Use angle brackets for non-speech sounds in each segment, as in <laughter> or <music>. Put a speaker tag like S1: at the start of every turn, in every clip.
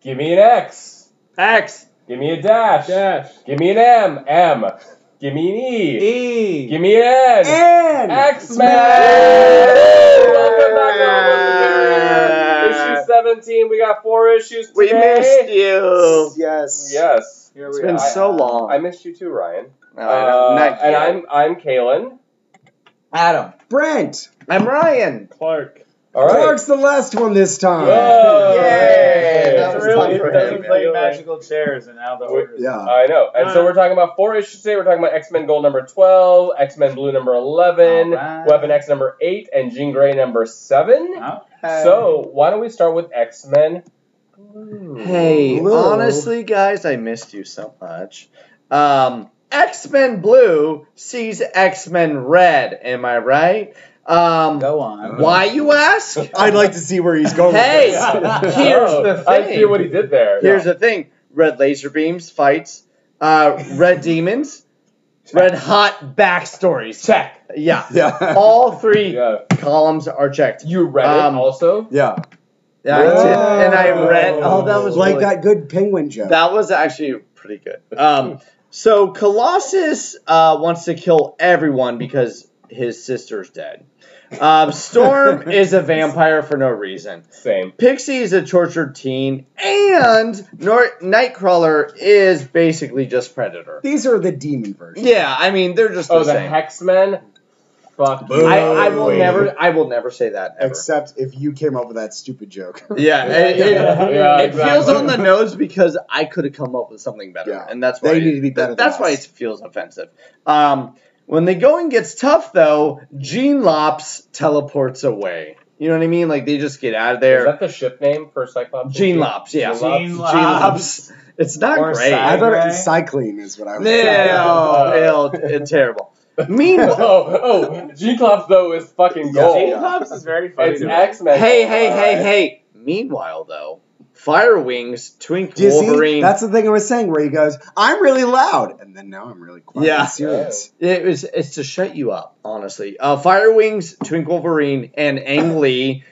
S1: Give me an X.
S2: X.
S1: Give me a dash.
S2: Dash.
S1: Give me an M. M. Give me an E.
S2: E.
S1: Give me an N.
S2: N.
S1: X Men.
S2: Smash.
S1: Welcome back, everyone. Issue seventeen. We got four issues today.
S3: We missed you.
S2: Yes.
S1: Yes. Here
S3: Oh, It's
S1: we
S3: been
S1: are. I-
S3: so long.
S1: I missed you too, Ryan.
S3: No, I don't-
S1: Uh,
S3: not
S1: and
S3: you.
S1: I'm I'm Kalen.
S2: Adam.
S4: Brent.
S3: I'm Ryan.
S2: Clark.
S1: All right.
S4: Clark's the last one this time.
S1: Whoa.
S3: Yay.
S1: It's
S3: That was
S1: really-
S3: fun
S1: it
S3: for
S1: doesn't
S3: him, man.
S1: play magic.
S2: magical chairs and now the
S1: order
S4: Yeah.
S1: I know. And so
S2: Uh.
S1: we're talking about four issues today. We're talking about X Men Gold number 12, X Men Blue number 11,
S2: Alright.
S1: Weapon X number 8, and Jean Grey number 7. So why don't we start with X Men Blue?
S3: Hey,
S4: Blue.
S3: honestly, guys, I missed you so much. Um, X Men Blue sees X Men Red. Am I right? Um,
S2: Go on.
S3: why you ask?
S4: I'd like to see where he's going.
S3: Hey,
S1: <laughs>
S4: with this.
S3: here's
S1: Oh,
S3: the
S1: I
S3: thing.
S1: see what he did there.
S3: Here's the thing: Red laser beams, fights, uh, red demons, red hot backstories.
S1: check.
S3: Yeah,
S4: yeah.
S3: all three
S1: Yeah.
S3: columns are checked.
S1: You read
S3: Um,
S1: it also?
S4: yeah.
S3: Yeah, I did, and I read.
S1: Whoa.
S3: Oh, that was
S4: like
S3: really-
S4: that good penguin joke.
S3: That was actually pretty good. Um, so Colossus uh, wants to kill everyone because his sister's dead. Um, Storm is a vampire for no reason.
S1: Same.
S3: Pixie is a tortured teen, and Nor- Nightcrawler is basically just Predator.
S4: These are the demon versions.
S3: Yeah, I mean they're just
S1: Oh,
S3: the
S1: the
S3: same.
S1: Hex Men? Fuck.
S4: Boo.
S3: I, I will
S4: Wait.
S3: never, I will never say that ever.
S4: Except if you came up with that stupid joke. <laughs>
S3: yeah, it, it-
S1: Yeah, yeah,
S3: it feels
S1: exactly.
S3: on the nose because I could have come up with something better,
S4: Yeah.
S3: and that's why
S4: They need to be better than
S3: that's why it
S4: us.
S3: feels offensive. Um, when the going gets tough, though, Gene Lops teleports away. You know what I mean? Like they just get out of
S1: Is
S3: there.
S1: that the ship name for Cyclops?
S3: Gene Lops, yeah,
S1: Gene Lops.
S3: Gene Lops. It's not
S2: Or
S3: great.
S4: I
S2: Cy-
S4: thought it
S2: Right.
S4: was cycling is what I was
S3: No, ew, it's terrible.
S1: <laughs>
S3: Meanwhile,
S1: oh, oh, Gene Clops, though, is fucking gold.
S2: Gene Pops is very funny.
S1: It's
S2: to me.
S1: X Men.
S3: hey, hey, hey, hey. Meanwhile, though, Firewings, Twink,
S4: Do you see?
S3: Wolverine.
S4: That's the thing I was saying where he goes, I'm really loud. And then now I'm really quiet.
S3: Yeah.
S4: and serious.
S3: It was it's to shut you up, honestly. Uh, Firewings, Twink Wolverine, and Ang Lee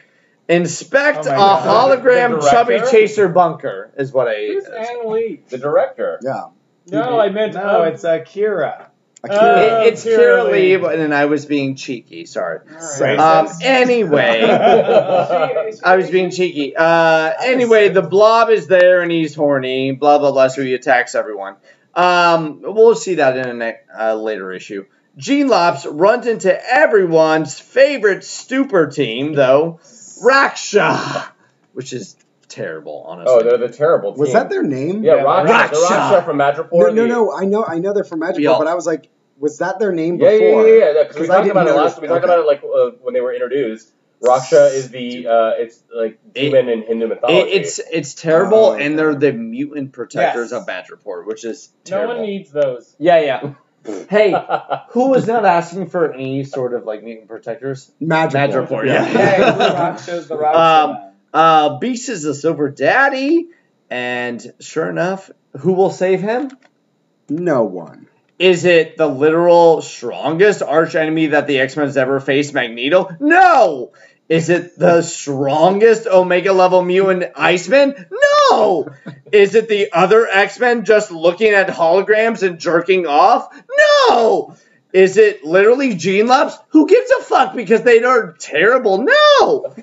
S3: inspect
S2: Oh my
S3: a
S2: God.
S3: hologram
S1: The
S3: chubby
S1: director?
S3: chaser bunker, is what I.
S2: Who's Ang Lee?
S1: The director.
S4: Yeah.
S2: No, I meant.
S3: No.
S2: Oh, it's Akira.
S4: Akira.
S3: It- it's
S2: Kira
S3: Kira
S2: Lee.
S3: Lee, but- and I was being cheeky. Sorry.
S4: Right.
S3: Um, anyway, I was being cheeky. Uh, anyway, the blob is there and he's horny. Blah blah blah. So he attacks everyone. Um, we'll see that in a ne- uh, later issue. Gene Lops runs into everyone's favorite stupor team, though Raksha, which is terrible, honestly.
S1: Oh, they're the terrible team.
S4: <laughs> was that their name?
S1: Yeah,
S2: Yeah,
S1: Raksha. Raksha. Raksha
S3: Raksha.
S1: from
S4: No,
S1: Madripoor.
S4: no,
S1: the-
S4: no. I know, I know they're from Magic,
S3: Yeah.
S4: but I was like, was that their name
S1: Yeah,
S4: before?
S1: yeah, yeah, yeah, yeah. Because we
S4: 'Cause I
S1: talked
S4: didn't
S1: about it
S4: notice-
S1: last. We talked
S4: okay.
S1: about it like uh, when they were introduced. Raksha is the uh, it's like demon in Hindu mythology. <laughs>
S3: It- it's it's terrible,
S4: Oh.
S3: and they're the mutant protectors
S2: Yes.
S3: of Madripoor, which is
S2: No
S3: terrible.
S2: one needs those.
S3: yeah,
S2: <laughs>
S3: yeah. hey, who was not asking for any sort of like mutant protectors?
S4: Magic.
S3: Madripoor, yeah.
S2: Hey,
S4: <laughs>
S2: the rock shows the rock.
S3: Um, Uh, Beast is the silver daddy, and sure enough, who will save him?
S4: No one.
S3: Is it the literal strongest arch enemy that the X Men's ever faced, Magneto? No! Is it the strongest Omega level mutant Iceman? No! Is it the other X Men just looking at holograms and jerking off? No! Is it literally Gene Lops? Who gives a fuck because they are terrible? No!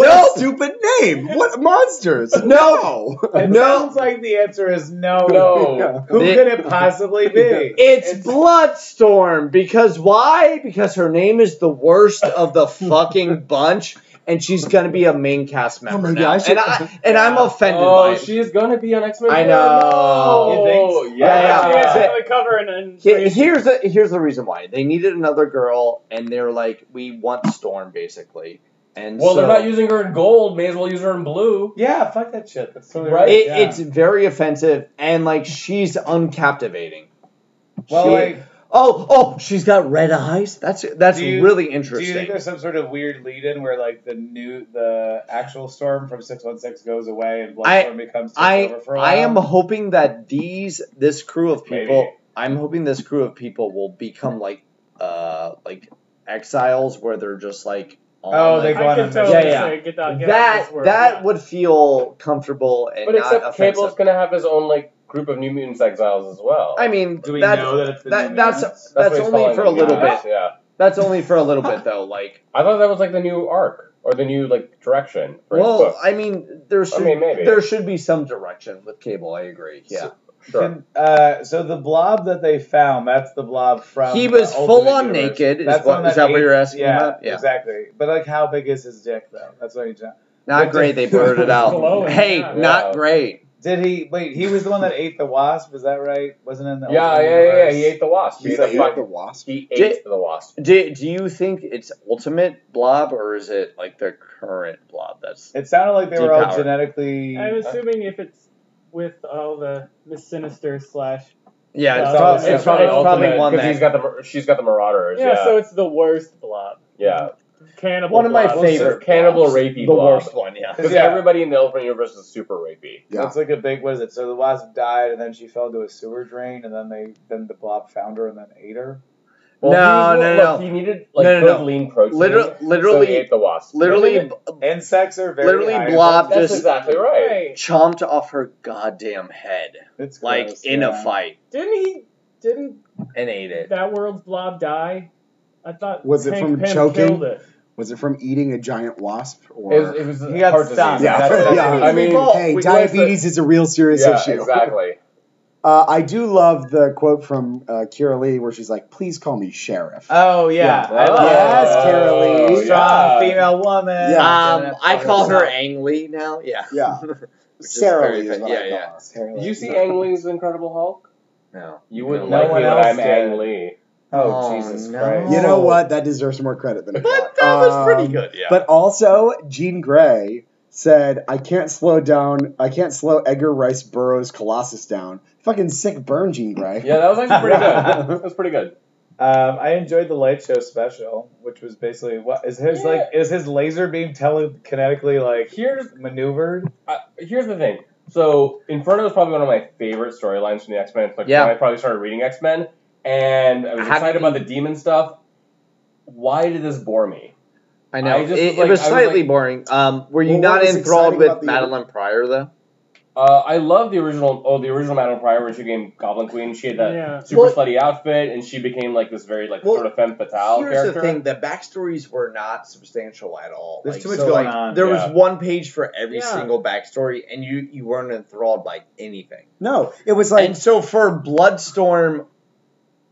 S4: What
S3: Nope.
S4: a stupid name! What monsters?
S3: No.
S2: It
S3: no.
S2: sounds like the answer is
S3: <laughs>
S2: no.
S1: No.
S2: Who
S3: They-
S2: could it possibly be?
S3: It's, Bloodstorm because why? Because her name is the worst of the fucking bunch, and she's gonna be a main cast member
S4: Oh my
S3: now.
S4: gosh.
S3: And I and I'm offended
S1: oh,
S3: by it.
S1: she is gonna be on X Men.
S3: I know.
S2: You
S1: Oh,
S2: think
S1: yeah.
S2: so?
S3: Yeah,
S2: She has
S3: yeah.
S2: another cover and then
S3: Here- Here's the here's the reason why they needed another girl, and they're like, we want Storm basically, and
S1: Well, they're
S3: so-
S1: not using her in gold. May as well use her in blue.
S2: Yeah, fuck that shit. That's totally
S1: Right?
S2: right.
S3: It,
S2: yeah.
S3: It's very offensive, and like she's uncaptivating.
S2: well,
S3: she-
S2: like,
S3: Oh, oh, she's got red eyes. That's that's
S2: Do you-
S3: really
S2: do you
S3: interesting.
S2: think there's some sort of weird lead-in where like the new, the actual storm from Six One Six goes away and
S3: I-
S2: Bloodstorm becomes
S3: I
S2: over for a while?
S3: I am hoping that these this crew of people
S2: Maybe.
S3: I'm hoping this crew of people will become like uh like exiles where they're just like
S2: Oh,
S3: on
S2: they
S3: it.
S2: go on a
S5: can
S2: mission.
S5: totally
S3: Yeah, yeah.
S5: say, get out, get out of
S3: that
S5: this world,
S3: that
S5: yeah.
S3: would feel comfortable and
S1: But
S3: not
S1: except
S3: offensive.
S1: Cable's gonna have his own like group of New Mutants exiles as well.
S3: I mean,
S2: Do we
S3: that,
S2: know that it's the
S3: that-
S2: new
S3: that's-
S2: mutants?
S1: what
S3: that's
S1: he's
S3: only
S1: calling
S3: for
S1: them,
S3: a little
S1: yeah. Yeah,
S3: that's only for a little bit though.
S2: <laughs>
S3: Like,
S1: I thought that was like the new arc or the new like direction. For his
S3: well,
S1: book.
S3: I mean, there should
S1: mean, maybe.
S3: there should be some direction with Cable. I agree. Yeah,
S1: sure.
S2: Can- uh, so the blob that they found, that's the blob from.
S3: he was
S2: the Ultimate
S3: full on
S2: Universe.
S3: naked. Is,
S2: That's
S3: what,
S2: on
S3: is that what
S2: eight-
S3: you're asking
S2: yeah,
S3: about? Yeah,
S2: exactly. But like, how big is his dick though? That's what you know.
S3: not great. They blurred it out.
S5: Glowing,
S3: hey,
S5: yeah.
S1: Yeah.
S3: not great.
S2: Did he? Wait, he was the one that ate the wasp. Is that right? Wasn't it in the
S1: yeah,
S2: Ultimate
S1: yeah, yeah, yeah.
S2: Universe?
S1: He ate the wasp.
S4: He's
S1: He's a
S4: like,
S1: fuck.
S4: the wasp.
S1: He
S3: J-
S1: ate the wasp.
S3: Do, do you think it's ultimate blob or is it like the current blob? That's
S2: It sounded like they were all
S3: Depowered.
S2: genetically.
S5: I'm assuming if it's with all the Miss Sinister slash.
S3: yeah, it's
S5: Uh,
S3: probably,
S5: it's
S3: it's probably,
S5: probably
S3: one
S1: because
S3: that
S1: he's got the she's got the marauders.
S5: Yeah, so it's the worst blob.
S1: yeah.
S5: Cannibal.
S3: one of my
S5: blob.
S1: Well,
S3: favorite
S1: so cannibal
S3: blobs.
S1: rapey
S3: the
S1: blob.
S3: worst one. Yeah,
S1: Because
S2: Yeah.
S1: everybody in the Ultimate Universe is super rapey.
S4: Yeah.
S2: It's like a big. What is it? So the wasp died, and then she fell into a sewer drain, and then they, then the blob found her, and then ate her.
S1: Well,
S3: No,
S1: he was-
S3: no,
S1: look,
S3: no.
S1: He needed like
S3: No, no, no.
S1: good lean protein.
S3: literally,
S1: <laughs> so he
S3: literally,
S1: ate the wasp.
S3: literally,
S2: Insects are very.
S3: Literally
S2: high-
S3: blob
S1: That's
S3: just
S1: exactly right.
S3: chomped off her goddamn head,
S2: It's
S3: like
S2: gross,
S3: in
S2: yeah.
S3: a fight,
S5: Didn't he? Didn't
S3: and ate
S5: <laughs>
S3: it.
S5: that world's blob die? I thought.
S4: Was it
S5: Hank
S4: from
S5: Pym
S4: choking?
S5: killed it.
S4: Was it from eating a giant wasp or?
S1: It was, it was
S2: He got
S1: heart
S2: stopped.
S1: disease. <laughs>
S4: Yeah.
S1: That's-
S4: Yeah.
S1: I mean,
S3: Well,
S4: hey,
S1: we-
S4: diabetes is a real serious
S1: yeah,
S4: issue.
S1: exactly.
S4: <laughs> Uh, I do love the quote from uh, Kira Lee where she's like, "Please call me sheriff."
S2: Oh yeah. Oh,
S4: Yeah.
S2: I love
S4: Yes,
S2: that.
S4: Carol Lee.
S2: Strong
S1: Yeah.
S2: female woman.
S4: Yeah.
S3: Um, I call her Ang Lee now. Yeah.
S4: yeah,
S3: <laughs> Which is
S4: Sarah
S3: very
S4: Lee is
S3: fa-
S4: what
S3: yeah,
S4: I call
S3: yeah.
S4: her. Sarah
S1: Did
S4: Lee.
S1: you see Ang Lee's Incredible Hulk?
S3: No.
S1: You wouldn't
S3: No
S1: like
S2: one
S1: me, but
S2: else
S1: I'm
S2: did.
S1: Ang Lee.
S2: Oh,
S3: Oh,
S2: Jesus
S3: no.
S2: Christ.
S4: You know what? That deserves more credit than. it
S3: But <laughs>
S4: got.
S3: that was
S4: Um,
S3: pretty good. Yeah.
S4: But also, Jean Grey said, "I can't slow down. I can't slow Edgar Rice Burroughs Colossus down." Fucking sick burn, Jean Grey.
S1: Yeah, that was actually pretty good. That was pretty good.
S2: Um, I enjoyed the light show special, which was basically what is his
S1: Yeah.
S2: like is his laser beam telekinetically like
S1: Here's
S2: maneuvered?
S1: uh, here's the thing. So Inferno is probably one of my favorite storylines from the X Men. It's like
S3: Yeah.
S1: when I probably started reading X Men, and I was
S3: Have-
S1: excited about the demon stuff. Why did this bore me?
S3: I know
S1: I just
S3: it,
S1: was like-
S3: it was
S1: I was
S3: slightly
S1: like-
S3: boring. Um, were you
S4: Well, what
S3: not
S4: was
S3: enthralled
S4: exciting
S3: with
S4: about the-
S3: Madeline Pryor though?
S1: Uh, I love the original. Oh, the original Madame Pryor when she became Goblin Queen. She had that
S5: Yeah.
S1: super
S3: Well-
S1: slutty outfit, and she became like this very like
S3: Well,
S1: sort of femme fatale
S3: Here's
S1: character.
S3: the thing: the backstories were not substantial at all.
S2: There's
S3: Like,
S2: too much
S3: so,
S2: going
S3: like,
S2: on,
S3: There
S1: yeah.
S3: was one page for every
S5: Yeah.
S3: single backstory, and you you weren't enthralled by anything.
S4: No, it was like
S3: and so for Bloodstorm,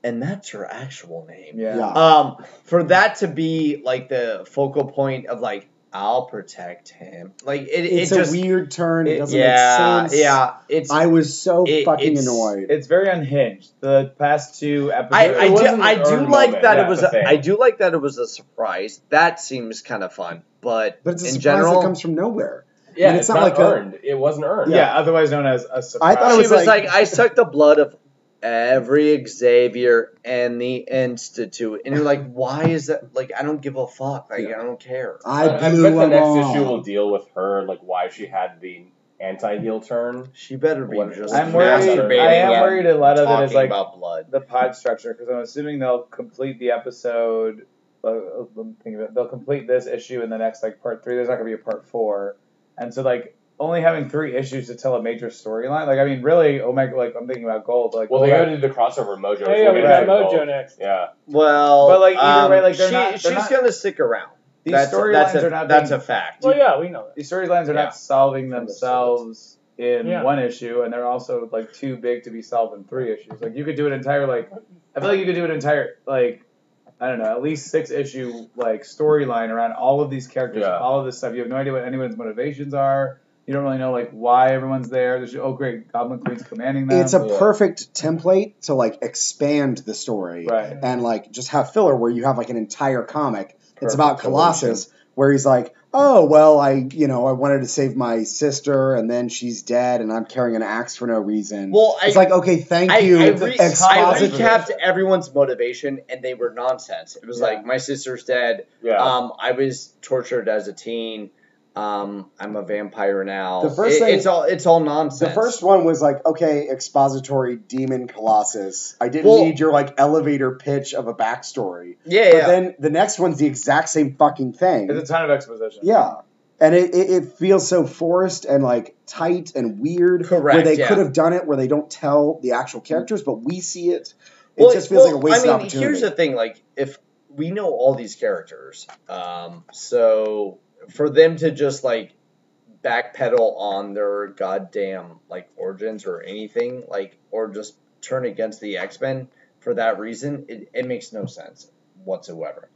S3: and that's her actual name.
S2: Yeah.
S4: Yeah.
S3: Um, for that to be like the focal point of like, I'll protect him. Like it,
S4: it's
S3: it just
S4: a weird turn. It,
S2: it-
S4: doesn't
S3: yeah,
S4: make sense.
S3: yeah. It's I
S4: I was so
S3: It-
S4: fucking
S3: it's-
S4: annoyed.
S2: It's very unhinged. The past two episodes.
S3: I,
S1: it
S3: do,
S1: wasn't
S3: I
S1: an
S3: do
S1: earned
S3: like
S1: moment,
S3: that
S1: yeah,
S3: it was
S1: the thing.
S3: a, I do like that it was a surprise. That seems kind of fun, but,
S4: But it's a
S3: in
S4: surprise
S3: general,
S4: that comes from nowhere.
S1: yeah,
S4: and
S1: it's, not, like
S4: a-
S1: earned. it wasn't earned.
S2: yeah. otherwise known as a surprise.
S4: I thought it
S3: she
S4: was
S3: was,
S4: like-
S3: like, I suck the blood of every Xavier and the Institute, and you're like, why is that? Like, I don't give a fuck. Like, I don't care.
S4: I
S1: I, I
S4: blew
S1: bet the
S4: them
S1: next
S4: all.
S1: issue will deal with her, like why she had the anti heel turn.
S3: She better be
S1: What-
S3: just
S2: I'm
S1: worried-
S3: masturbating.
S1: I am
S3: and
S2: worried a lot of it is,
S3: talking
S2: like-
S3: about blood.
S2: the pod structure because I'm assuming they'll complete the episode. Uh, uh, let me think of it. They'll complete this issue in the next like part three. There's not gonna be a part four, and so like only having three issues to tell a major storyline. Like I mean, really, Omega. Like I'm thinking about Gold. Like
S1: Well, they
S2: Gold-
S1: gotta do the crossover mojo.
S5: Oh, yeah, we got
S2: Right.
S5: Mojo next.
S1: Yeah.
S3: Well,
S2: But, like, either
S3: um,
S2: way, like, they're
S3: she,
S2: not- they're
S3: she's
S2: not-
S3: gonna stick around.
S2: these
S3: that's that's
S2: storylines
S3: a,
S2: are not
S3: that's
S2: being,
S3: a fact.
S5: Well, yeah, we know that.
S2: these storylines are
S1: Yeah.
S2: not solving
S3: From the
S2: themselves in
S5: Yeah.
S2: one issue, and they're also like too big to be solved in three issues. Like you could do an entire like I feel like you could do an entire like I don't know at least six issue like storyline around all of these characters,
S1: Yeah.
S2: all of this stuff. You have no idea what anyone's motivations are. You don't really know like why everyone's there. There's oh great, Goblin Queen's commanding them.
S4: It's a
S1: Yeah.
S4: perfect template to like expand the story
S2: right.
S4: and like just have filler where you have like an entire comic.
S2: Perfect
S4: It's about
S2: solution.
S4: Colossus where he's like, "Oh well, I you know I wanted to save my sister and then she's dead and I'm carrying an axe for no reason."
S3: Well, I,
S4: it's like, okay, thank
S3: I,
S4: you.
S3: I, re- I
S4: expositor.
S3: recapped everyone's motivation, and they were nonsense. It was
S2: Yeah.
S3: like my sister's dead.
S1: Yeah.
S3: Um, I was tortured as a teen. um, I'm a vampire now.
S4: The first
S3: It-
S4: thing-
S3: it's all it's all nonsense.
S4: The first one was like, okay, expository demon colossus. I didn't
S3: Well-
S4: need your like elevator pitch of a backstory.
S3: yeah,
S4: But
S3: yeah.
S4: then the next one's the exact same fucking thing.
S2: It's a ton of exposition.
S4: yeah. And it, it, it feels so forced and like tight and weird.
S3: Correct,
S4: Where they
S3: yeah.
S4: could have done it where they don't tell the actual characters, but we see it. It
S3: Well,
S4: just feels like a
S3: well,
S4: wasted
S3: I mean,
S4: opportunity.
S3: here's the thing: like, if we know all these characters, um, so for them to just like backpedal on their goddamn like origins or anything, like, or just turn against the X Men for that reason, it, it makes no sense whatsoever.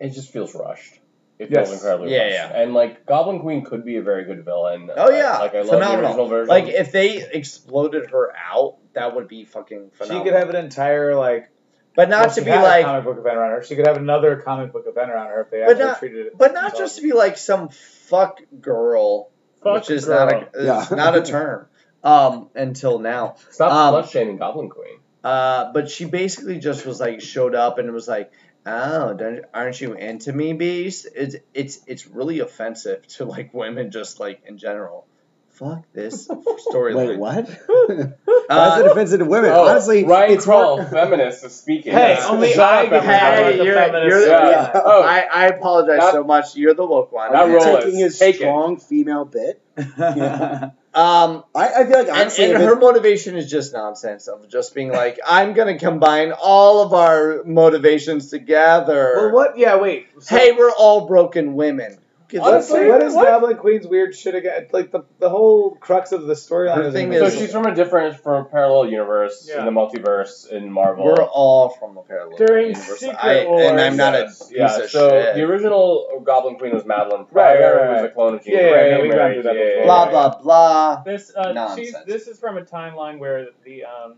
S1: It just feels rushed. It
S2: Yes.
S1: feels incredibly
S3: Yeah,
S1: rushed.
S3: yeah.
S1: And like Goblin Queen could be a very good villain.
S3: Oh
S1: I-
S3: yeah,
S1: like I love the
S3: phenomenal.
S1: original version.
S3: Like if they exploded her out, that would be fucking phenomenal.
S2: She could have an entire like
S3: but not
S2: well,
S3: to
S2: she
S3: be
S2: had a
S3: like
S2: comic book event around her. She could have another comic book event around her if they
S3: But
S2: actually
S3: not-
S2: treated it.
S3: But not just to be like some fuck girl,
S5: Fuck
S3: which is
S5: girl.
S3: not a
S4: Yeah.
S3: it's not a term um, until now.
S1: stop
S3: um,
S1: slut shaming Goblin Queen.
S3: Uh, but she basically just was like showed up and was like, "Oh, don't, aren't you into me, beast?" It's it's it's really offensive to like women just like in general. Fuck this
S4: Wait,
S3: storyline. <laughs>
S4: what? Why is it
S3: Uh,
S4: offensive to women?
S1: oh,
S4: Honestly,
S1: Ryan
S4: it's
S1: Kroll,
S4: more- <laughs>
S1: feminist, is speaking.
S2: Hey,
S1: Yes.
S2: only
S1: Shut
S2: I
S1: up,
S2: get
S1: everyone.
S2: Hey,
S3: hey,
S2: the
S3: you're,
S2: feminist
S3: you're the,
S1: Yeah.
S3: yeah.
S1: Oh.
S3: I, I apologize
S1: Not-
S3: so much. You're the woke one.
S1: Not
S4: Are you
S1: roll it.
S4: taking his
S1: Take it.
S4: strong
S3: <laughs>
S4: female bit?
S2: Yeah.
S3: Um,
S4: I, I feel like
S3: and,
S4: honestly,
S3: and
S4: if it-
S3: her motivation is just nonsense of just being like, I'm gonna combine all of our motivations together.
S2: well, what? Yeah, wait. So-
S3: hey, we're all broken women. Get the
S1: Honestly,
S3: fuck-
S2: what is
S1: what?
S2: Goblin Queen's weird shit again? Like the, the whole crux of the storyline
S3: The
S2: is
S3: thing
S1: So
S3: is-
S1: she's from a different, from a parallel universe
S5: Yeah.
S1: in the multiverse in Marvel.
S3: we're all from the parallel
S5: During
S3: universe.
S5: Secret
S3: I, and I'm
S5: Wars.
S3: not a piece
S1: yeah.
S3: of
S1: so
S3: shit.
S1: the original Goblin Queen was Madeline
S2: Right, right,
S1: Pryor,
S2: right,
S1: who was a clone of Jean
S2: Yeah, yeah,
S1: Grey.
S2: yeah, we've gone through that
S1: yeah, yeah,
S2: before.
S1: yeah,
S3: blah
S1: yeah.
S3: blah blah.
S5: This uh, she's,
S3: Nonsense.
S5: this is from a timeline where the um,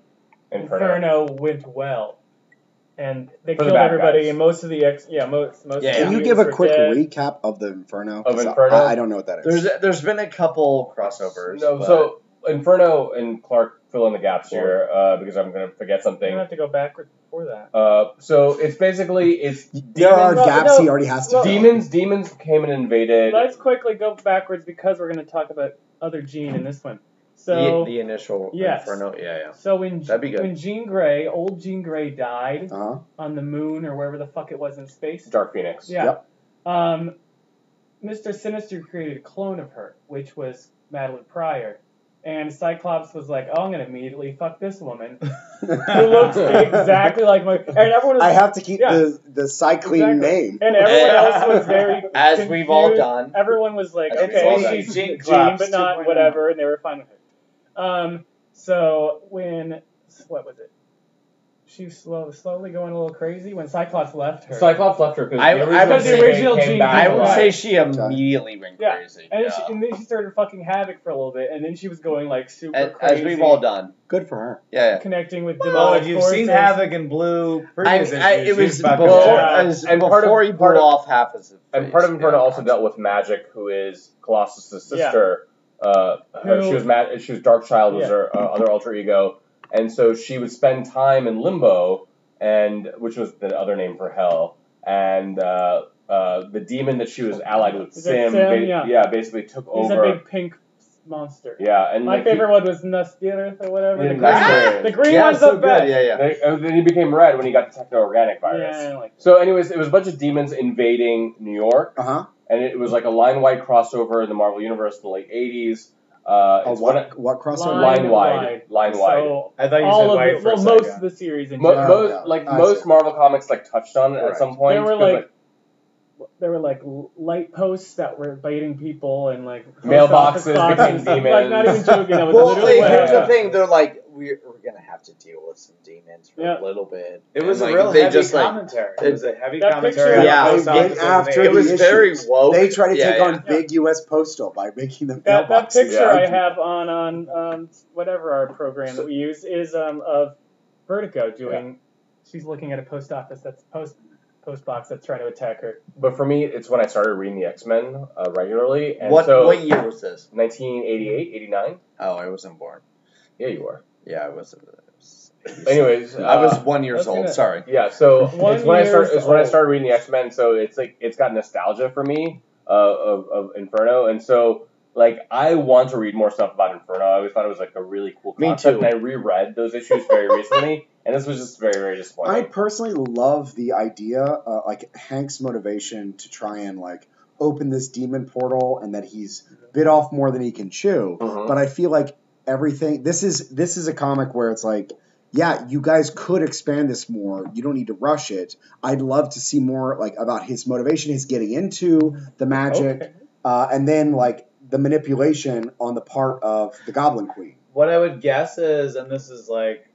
S1: Inferno.
S5: Inferno went well, and they
S1: For the
S5: killed
S1: bad
S5: everybody,
S1: guys.
S5: and most of the ex, yeah, most most.
S3: Yeah,
S5: of the
S4: Can you
S5: mutants
S4: give a
S5: were
S4: quick
S5: dead.
S4: recap of the Inferno?
S1: Of
S4: 'Cause
S1: Inferno?
S4: I, I don't know what that is.
S3: There's there's been a couple crossovers.
S1: No,
S3: but-
S1: so Inferno and Clark fill in the gaps here uh, because I'm gonna forget
S5: You don't
S1: something.
S5: have to go backward before that.
S1: Uh, so it's basically it's
S4: there are
S1: demons.
S5: no,
S4: gaps he
S5: no,
S4: already has to
S5: no.
S4: fill.
S1: demons. Demons came and invaded.
S5: Let's quickly go backwards because we're going to talk about other Jean in this one. So,
S3: the, the initial
S5: Yes.
S3: Inferno, yeah, yeah.
S5: so when
S3: That'd be good.
S5: when Jean Grey, old Jean Grey, died
S4: Uh-huh.
S5: on the moon or wherever the fuck it was in space.
S1: Dark Phoenix.
S5: Yeah. Um, Mr. Sinister created a clone of her, which was Madeline Pryor. And Cyclops was like, "Oh, I'm gonna immediately fuck this woman who
S4: <laughs>
S5: looks exactly like my." And everyone, was,
S4: I have to keep
S5: Yeah.
S4: the the cycling
S5: Exactly.
S4: name.
S5: and everyone else was very.
S3: Eh, <laughs> As
S5: confused.
S3: we've all done.
S5: Everyone was like,
S3: As we've all done.
S5: "Okay, she's
S2: Jean
S5: Jean,
S2: Claps
S5: but not
S2: 2.0.
S5: whatever," and they were fine with it. Um, so when what was it? She was slow, slowly going a little crazy when Cyclops left her.
S1: Cyclops left her because
S3: I-
S1: the
S3: I would
S1: original,
S3: say-
S1: original
S5: Jean-
S1: came back.
S3: I would
S1: alive.
S3: say she immediately went
S5: Yeah.
S3: crazy.
S5: and,
S3: yeah.
S5: she, and then she started fucking havoc for a little bit, and then she was going like super
S3: as,
S5: crazy.
S3: as we've all done.
S4: Good for her.
S3: Yeah, yeah.
S5: connecting with
S2: Well,
S5: demonic
S2: if you've
S5: forces.
S2: seen Havoc and Blue
S3: I,
S2: previous
S3: I,
S2: issues,
S3: it was
S2: she's
S3: both,
S2: fucking
S5: jacked.
S3: as,
S1: And part of-
S3: before he
S1: part
S3: blew
S1: of-
S3: off half his face.
S1: And part of Inferno
S3: Yeah,
S1: also
S3: <laughs>
S1: dealt with Magic, who is Colossus'
S5: Yeah.
S1: sister. Uh, her,
S5: Who-
S1: she was Mad. She was Darkchild was
S5: Yeah.
S1: her uh, other alter ego, and so she would spend time in limbo, and which was the other name for hell. And uh, uh, the demon that she was allied with,
S5: Is it
S1: Sim,
S5: Sim?
S1: ba-
S5: Yeah.
S1: basically took
S5: He's
S1: over.
S5: a big pink monster.
S1: yeah, and
S5: My
S1: like,
S5: favorite one was Nustirith or
S1: He,
S5: whatever. The
S1: yeah,
S5: green,
S3: Ah!
S5: the
S1: Nustirith.
S5: green
S3: yeah,
S5: one's
S3: so
S5: the
S3: good.
S5: best.
S3: Yeah, yeah.
S1: They- and then he became red when he got the techno-organic virus.
S5: Yeah, I like
S1: So, anyways, it was a bunch of demons invading New York.
S4: Uh huh.
S1: and it was like a line wide crossover in the Marvel Universe in the late '80s. Uh, it's one
S4: What, what crossover?
S1: line
S5: Line
S1: wide, line wide.
S5: So
S2: I thought you
S5: all
S2: said
S5: of
S2: white
S5: it,
S2: for a
S5: well, most of
S2: second.
S5: the series in
S1: Mo-
S5: general.
S1: most
S4: yeah.
S1: like
S4: I
S1: most
S4: see.
S1: Marvel comics like touched on it at
S3: Correct.
S1: some point.
S5: They were
S1: 'cause,
S5: like- there were like l- light posts that were biting people and like post
S1: Mailboxes
S5: office boxes.
S1: became
S5: <laughs> Like not even
S1: demons.
S3: <laughs>
S5: joking. That was
S3: Well, like,
S5: literally what
S3: here's the
S5: happened.
S3: thing. They're like, we're, we're going to have to deal with some demons for
S5: Yeah.
S3: a little bit.
S2: It was
S3: And,
S2: a
S3: like,
S2: real
S3: they
S2: heavy
S3: just, like,
S2: commentary.
S3: it-
S2: it was a heavy
S5: That
S2: commentary.
S5: picture-
S2: on
S3: Yeah.
S2: post
S4: They
S2: offices
S4: went
S2: and
S4: after
S3: it
S2: they-
S4: the
S3: was
S4: issues.
S3: very woke.
S4: They try to
S3: Yeah,
S4: take
S3: yeah.
S4: on big U.S. Postal by making them
S5: That, that
S4: mailboxes.
S5: picture
S1: yeah.
S5: I have on on um, whatever our program that we use is um, of Vertigo doing. She's looking at a post office that's post post box that's trying to attack her.
S1: but for me, it's when I started reading the X Men uh, regularly. And
S3: What,
S1: so
S3: what year was this?
S1: 1988, 89.
S3: Oh, I wasn't born.
S1: Yeah, you were.
S3: Yeah, I wasn't. it was 86.
S1: Anyways,
S3: I was
S1: uh,
S3: one years
S5: Let's do
S3: old.
S5: that.
S3: Sorry.
S1: Yeah, so
S5: One
S1: it's when I
S5: years
S1: started. It's when I
S5: old.
S1: started reading the X Men. So it's like it's got nostalgia for me uh, of, of Inferno, and so like I want to read more stuff about Inferno. I always thought it was like a really cool
S3: Me
S1: concept,
S3: too.
S1: and I reread those issues very recently, <laughs> and this was just very very
S4: I
S1: disappointing.
S4: personally love the idea, uh, like Hank's motivation to try and like open this demon portal, and that he's bit off more than he can chew.
S1: Mhm.
S4: But I feel like everything. This is this is a comic where it's like, yeah, you guys could expand this more. You don't need to rush it. I'd love to see more like about his motivation, his getting into the magic,
S5: Okay.
S4: uh, and then like the manipulation on the part of the Goblin Queen.
S2: What I would guess is, and this is like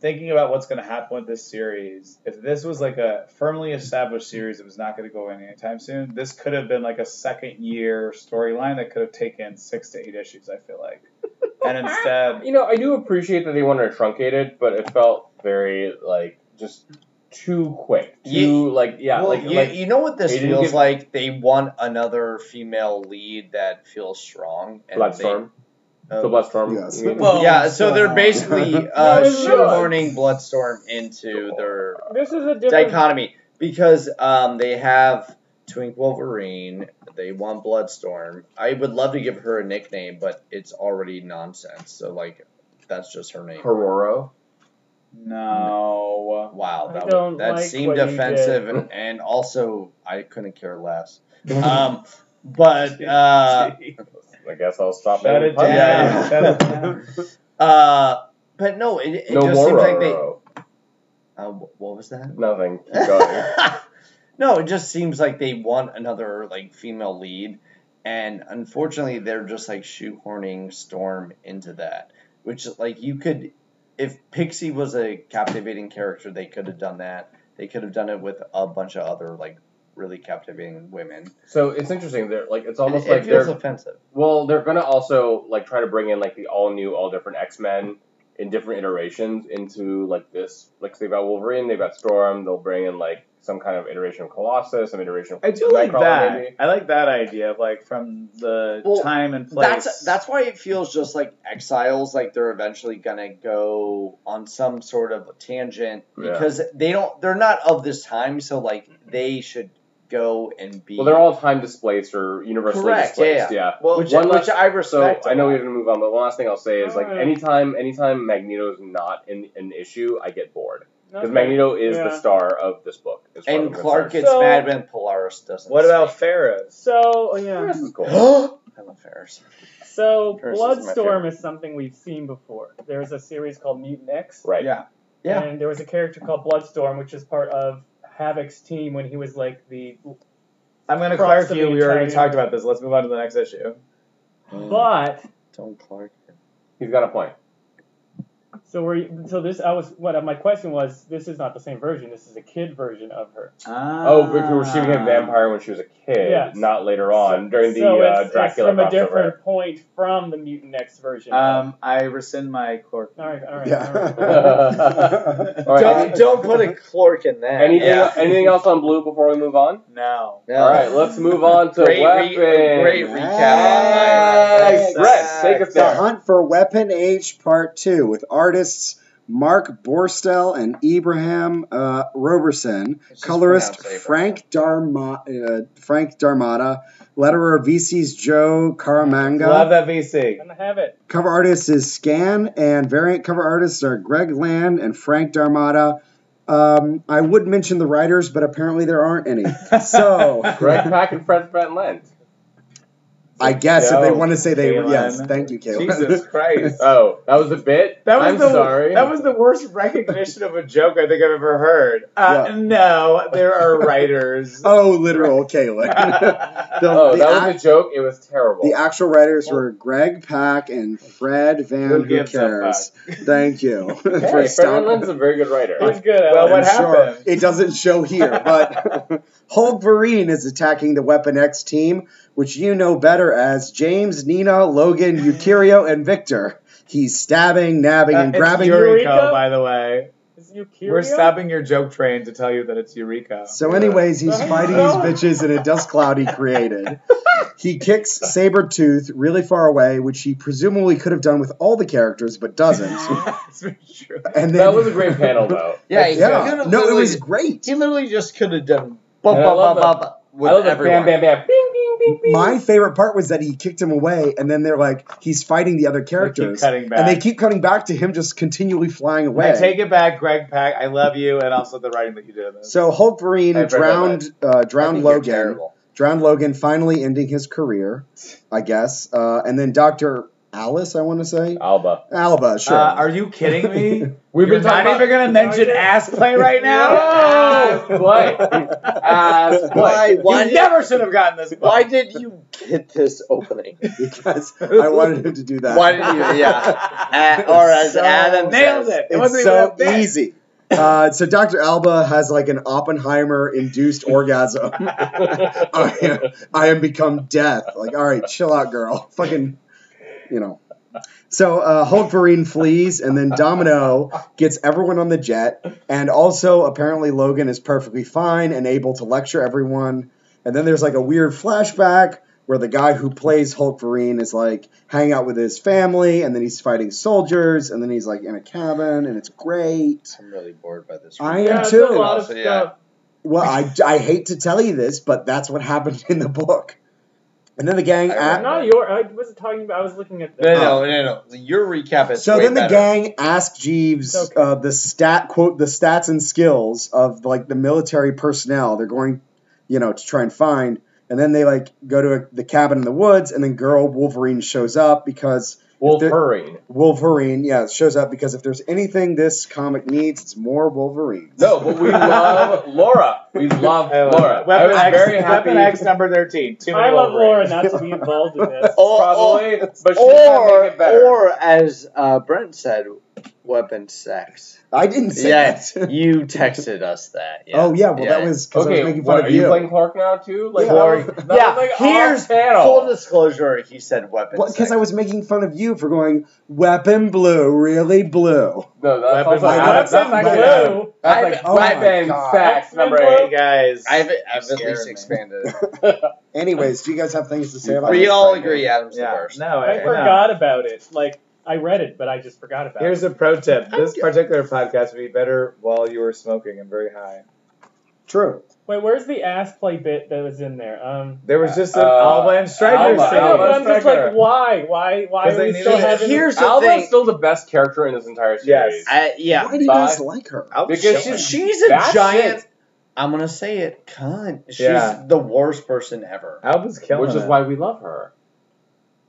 S2: thinking about what's going to happen with this series, if this was like a firmly established series that was not going to go away anytime soon, this could have been like a second year storyline that could have taken six to eight issues, I feel like.
S3: <laughs>
S2: And instead,
S1: You know, I do appreciate that they wanted to truncate it, but it felt very like just too quick, too
S3: Ye-
S1: like yeah,
S3: well,
S1: like
S3: you,
S1: like
S3: you know what this
S1: they didn't
S3: feels
S1: give-
S3: like? They want another female lead that feels strong. And
S1: Bloodstorm,
S3: They,
S1: the Bloodstorm.
S4: Yes.
S1: You mean-
S3: Well, yeah, so they're
S4: Bloodstorm.
S3: <laughs> basically
S5: No,
S3: uh,
S5: it's not.
S3: shoehorning Bloodstorm into their
S5: This is a different.
S3: dichotomy because um, they have Twink Wolverine, they want Bloodstorm. I would love to give her a nickname, but it's already nonsense. So like, that's just her name.
S1: Hororo.
S2: no.
S3: Wow,
S5: I
S3: that,
S5: don't
S3: w- that
S5: like
S3: seemed
S5: what you did.
S3: offensive, and, and also I couldn't care less. Um,
S2: <laughs>
S3: but uh,
S1: I guess I'll stop.
S2: Shut
S1: making
S2: it
S1: puns.
S3: Yeah, yeah.
S2: down. Shut it down.
S3: uh, but no, it, it
S1: No
S3: just
S1: more.
S3: seems like they.
S1: Roro.
S3: Uh, wh- what was that?
S1: Nothing. Keep going.
S3: <laughs> no, it just seems like they want another like female lead, and unfortunately, they're just like shoehorning Storm into that, which like you could, if Pixie was a captivating character, they could have done that. They could have done it with a bunch of other like really captivating women.
S1: So it's interesting. They're like it's almost
S3: It- it
S1: like
S3: feels
S1: they're
S3: offensive.
S1: well, they're gonna also like try to bring in like the all new, all different X Men in different iterations into like this. Like they've got Wolverine, they've got Storm. They'll bring in like some kind of iteration of Colossus, some iteration of
S2: <laughs> I do like
S1: Nightcrawler,
S2: that.
S1: Maybe.
S2: I like that idea of like from the
S3: Well,
S2: time and place.
S3: That's that's why it feels just like exiles, like they're eventually gonna go on some sort of tangent
S1: Yeah.
S3: because they don't they're not of this time, so like they should go and be
S1: Well, they're all time displaced or universally
S3: Correct, yeah,
S1: displaced. Yeah.
S3: well, which,
S1: one last-
S3: which I
S1: So
S3: respect.
S1: I know we're
S3: a lot.
S1: gonna move on, but one last thing I'll say is like
S5: Alright.
S1: anytime anytime Magneto's not in an issue, I get bored because
S5: Okay.
S1: Magneto is
S5: Yeah.
S1: the star of this book. as far as
S3: and
S1: I'm
S3: Clark
S1: concerned.
S3: gets
S5: So-
S3: mad when Polaris doesn't.
S2: What about Pharaohs?
S5: So oh, yeah.
S1: This is
S3: <gasps>
S1: cool.
S3: I love Ferris.
S5: So
S3: Curse is my
S5: Bloodstorm
S3: favorite.
S5: is something we've seen before. There was a series called Mutant X,
S1: Right.
S2: Yeah.
S3: Yeah.
S5: and there was a character called Bloodstorm, which is part of Havoc's team when he was like the.
S2: I'm going to
S5: Crux
S2: clarify
S5: of
S2: you.
S5: the
S2: We already
S5: entire-
S2: talked about this. Let's move on to the next issue.
S5: But
S3: Don't Clark.
S1: He's got a point.
S5: so we're so this I was what my question was. This is not the same version. This is a kid version of her.
S4: Ah.
S1: Oh, but we were shooting a vampire when she was a kid,
S5: Ah. Yes.
S1: not later on during the
S5: so
S1: uh,
S5: it's, it's
S1: Dracula
S5: from a
S1: crossover.
S5: different point from the Mutant X version. of-
S2: Um, I rescind my Clark.
S5: all right, all right, all right.
S4: <laughs> Yeah.
S1: <laughs> All right,
S3: Don't,
S1: any-
S3: don't put a Clark in that.
S1: anything,
S3: Yeah.
S1: anything else on blue before we move on?
S2: No.
S3: No.
S1: All right, let's move on to
S3: Great,
S1: weapons.
S3: re- great recap. on
S4: Yes.
S3: my-
S1: Brett, take us
S4: The
S1: there.
S4: Hunt for Weapon H Part 2 with artists Mark Borstel and Ibrahim uh, Roberson,
S3: It's just
S4: colorist
S3: pronounced
S4: Frank, Darma, uh, Frank Darmada, letterer VC's Joe
S2: Love
S4: Caramanga,
S2: that VC.
S5: I'm gonna have it.
S4: cover artist is Scan, and variant cover artists are Greg Land and Frank Darmada. Um, I would mention the writers, but apparently there aren't any. <laughs> So
S1: Greg Pack and Fred Brett Lent.
S4: I guess if they
S2: Yo,
S4: want to say they were,
S2: Kalen.
S4: yes, thank you, Caleb. <laughs>
S2: Jesus Christ.
S4: Uh,
S1: Oh, that was a bit.
S2: That was
S1: I'm
S2: the
S1: sorry.
S2: that was the worst recognition of a joke I think I've ever heard. Uh,
S4: What?
S2: No, there
S4: <laughs>
S2: are writers.
S4: Oh, literal Caleb. <laughs> The-
S1: oh,
S4: the
S1: that was
S4: act-
S1: a joke. It was terrible.
S4: The actual writers were Greg Pack and Fred Van
S2: Who
S4: Who,
S2: gives a
S4: Cares. Thank you <laughs>
S1: hey,
S4: for
S1: Fred Brett
S4: stopping.
S1: Lent's a very good writer.
S5: It was good. I
S2: Well,
S5: liked
S2: what
S5: it.
S4: I'm sure
S2: happened?
S4: It doesn't show here,
S2: <laughs>
S4: but Hulkverine is attacking the Weapon X team, which you know better as James, Nina, Logan, Eukirio, and Victor. He's stabbing, nabbing,
S2: Uh,
S4: and
S2: it's
S4: grabbing.
S2: Eureka,
S5: Eureka?
S2: by the way.
S5: Is you
S2: We're
S5: curious?
S2: stopping your joke train to tell you that it's Eureka.
S4: So, anyways, he's
S5: Yeah.
S4: fighting his bitches in a dust cloud he
S2: <laughs>
S4: created. He kicks Sabretooth really far away, which he presumably could have done with all the characters, but
S2: <laughs>
S4: doesn't.
S2: That's very
S4: <laughs>
S2: true.
S4: And then,
S1: that was a great panel, <laughs> though.
S3: Yeah, he
S4: Yeah.
S3: could've
S4: No, it
S3: literally-
S4: was great.
S3: He literally just could have done. Bum,
S1: And I
S3: bum,
S1: love
S3: bum, bum, <laughs> with
S1: I love the
S3: everyone.
S1: bam, bam, bam, bing, bing,
S5: bing, bing.
S4: My favorite part was that he kicked him away, and then they're like, he's fighting the other
S2: Characters.
S4: characters,
S2: cutting back.
S4: and they keep cutting back to him just continually flying away.
S2: I take it back, Greg Pack. I love you, and also the writing that you did. Uh, on this.
S4: so Hulk Green
S2: I've read
S4: drowned uh, drowned
S2: I think you're
S4: Logan,
S2: terrible.
S4: drowned Logan, finally ending his career, I guess. Uh, and then Doctor Alice, I want to say
S1: Alba.
S4: Alba, sure.
S2: Uh, are you kidding me?
S4: <laughs>
S1: We've
S2: You're
S1: been
S2: not
S1: talking about
S2: even gonna mention ass play right now.
S4: <laughs>
S2: <laughs>
S1: No! What?
S2: ass
S1: Why?
S2: play.
S3: Why
S2: you
S3: did-
S2: never should have gotten this. <laughs>
S3: Why did you get this opening?
S4: because I wanted him to do that.
S3: Why did you? Yeah. Uh, or as
S4: So-
S3: Adam
S2: Nailed
S3: says,
S2: it. It
S4: It's
S2: wasn't
S4: so
S2: even a bit.
S4: easy. Uh, so Dr. Alba has like an Oppenheimer
S2: <laughs>
S4: induced orgasm.
S1: <laughs> Oh,
S4: I am, I am become death. Like, all right, chill out, girl. <laughs> Fucking, you know. So uh, Hulkverine flees, and then Domino gets everyone on the jet, and also apparently Logan is perfectly fine and able to lecture everyone. And then there's like a weird flashback where the guy who plays Hulkverine is like hanging out with his family, and then he's fighting soldiers, and then he's like in a cabin, and it's great.
S3: I'm really bored by this.
S4: I
S5: Yeah,
S4: am
S5: it's A
S4: too.
S5: lot of
S3: So, yeah.
S5: stuff.
S4: Well, I, I hate to tell you this, but that's what happened in the book. And then the gang
S3: I
S4: at,
S5: Not your. I wasn't talking about. I was looking at.
S3: No,
S5: The,
S3: no, no, no, no. Your recap is
S4: so
S3: way
S4: then the
S3: better.
S4: gang asked Jeeves
S5: Okay.
S4: uh, the stat quote the stats and skills of like the military personnel they're going you know to try and find and then they like go to a, the cabin in the woods and then girl Wolverine shows up because
S1: Wolverine.
S4: Wolverine yeah shows up because if there's anything this comic needs it's more Wolverine.
S1: No, but we love Laura. We love
S2: I love
S1: Laura. I
S2: it. Weapon
S1: was
S2: X,
S1: very happy.
S2: Weapon X number thirteen. Too many
S5: I love
S2: Wolverines.
S5: Laura not to be involved in this.
S3: Or,
S1: probably,
S3: or,
S1: but she did not
S3: or,
S1: make it better.
S3: or as uh, Brent said, weapon sex.
S4: I didn't say
S3: Yeah,
S4: that.
S3: you texted us that. Yeah.
S4: Oh yeah, well that
S3: Yeah.
S4: was because I was
S1: okay,
S4: making fun
S1: what, are
S4: of
S1: you
S4: you.
S1: playing Clark now too? Like
S4: Yeah.
S1: Laura, that was,
S3: yeah.
S1: like, off
S3: here's
S1: channel.
S3: full disclosure. He said weapon sex.
S4: Because I was making fun of you for going weapon blue, really blue.
S1: No, that's
S2: Weapon
S1: also
S4: Blue.
S1: that's
S5: Weapon
S1: like
S5: Blue.
S1: That's
S3: I've-
S1: like
S4: oh my
S1: weapon
S4: God.
S1: facts number
S5: Weapon
S2: Hey
S1: eight.
S2: guys,
S3: I've, I've at
S2: scared
S3: least
S2: me.
S3: expanded. it.
S4: Anyways, do you guys have things to say about
S3: we
S4: this?
S3: all agree Adam's the
S2: yeah.
S3: worst.
S2: No,
S5: I
S2: I
S5: forgot about it. Like I read it, but I just forgot about
S2: Here's
S5: it.
S2: a pro tip. This
S3: good.
S2: particular podcast would be better while you were smoking and very high.
S4: True.
S5: Wait, where's the ass play bit that was in there? Um.
S2: There was just an
S1: Uh,
S2: Alba and Striker
S1: Alba,
S5: I know, but I'm just
S2: Striker.
S5: like, why? Why? Why
S2: 'Cause
S5: are
S2: they
S5: we
S2: needed
S5: still
S2: it.
S5: having?
S3: Here's the
S1: Alba's
S3: thing.
S1: still the best character in this entire
S2: Yes.
S1: series.
S3: I, yeah.
S4: Why do you
S1: Bye.
S4: guys like her?
S3: I'll
S1: Because
S3: show
S1: she's-
S3: you. she's a
S1: that's
S3: giant.
S1: it.
S3: I'm gonna say it, cunt. She's
S2: Yeah.
S3: the worst person ever.
S2: Alba's killing
S1: Which is
S2: it.
S1: why we love her.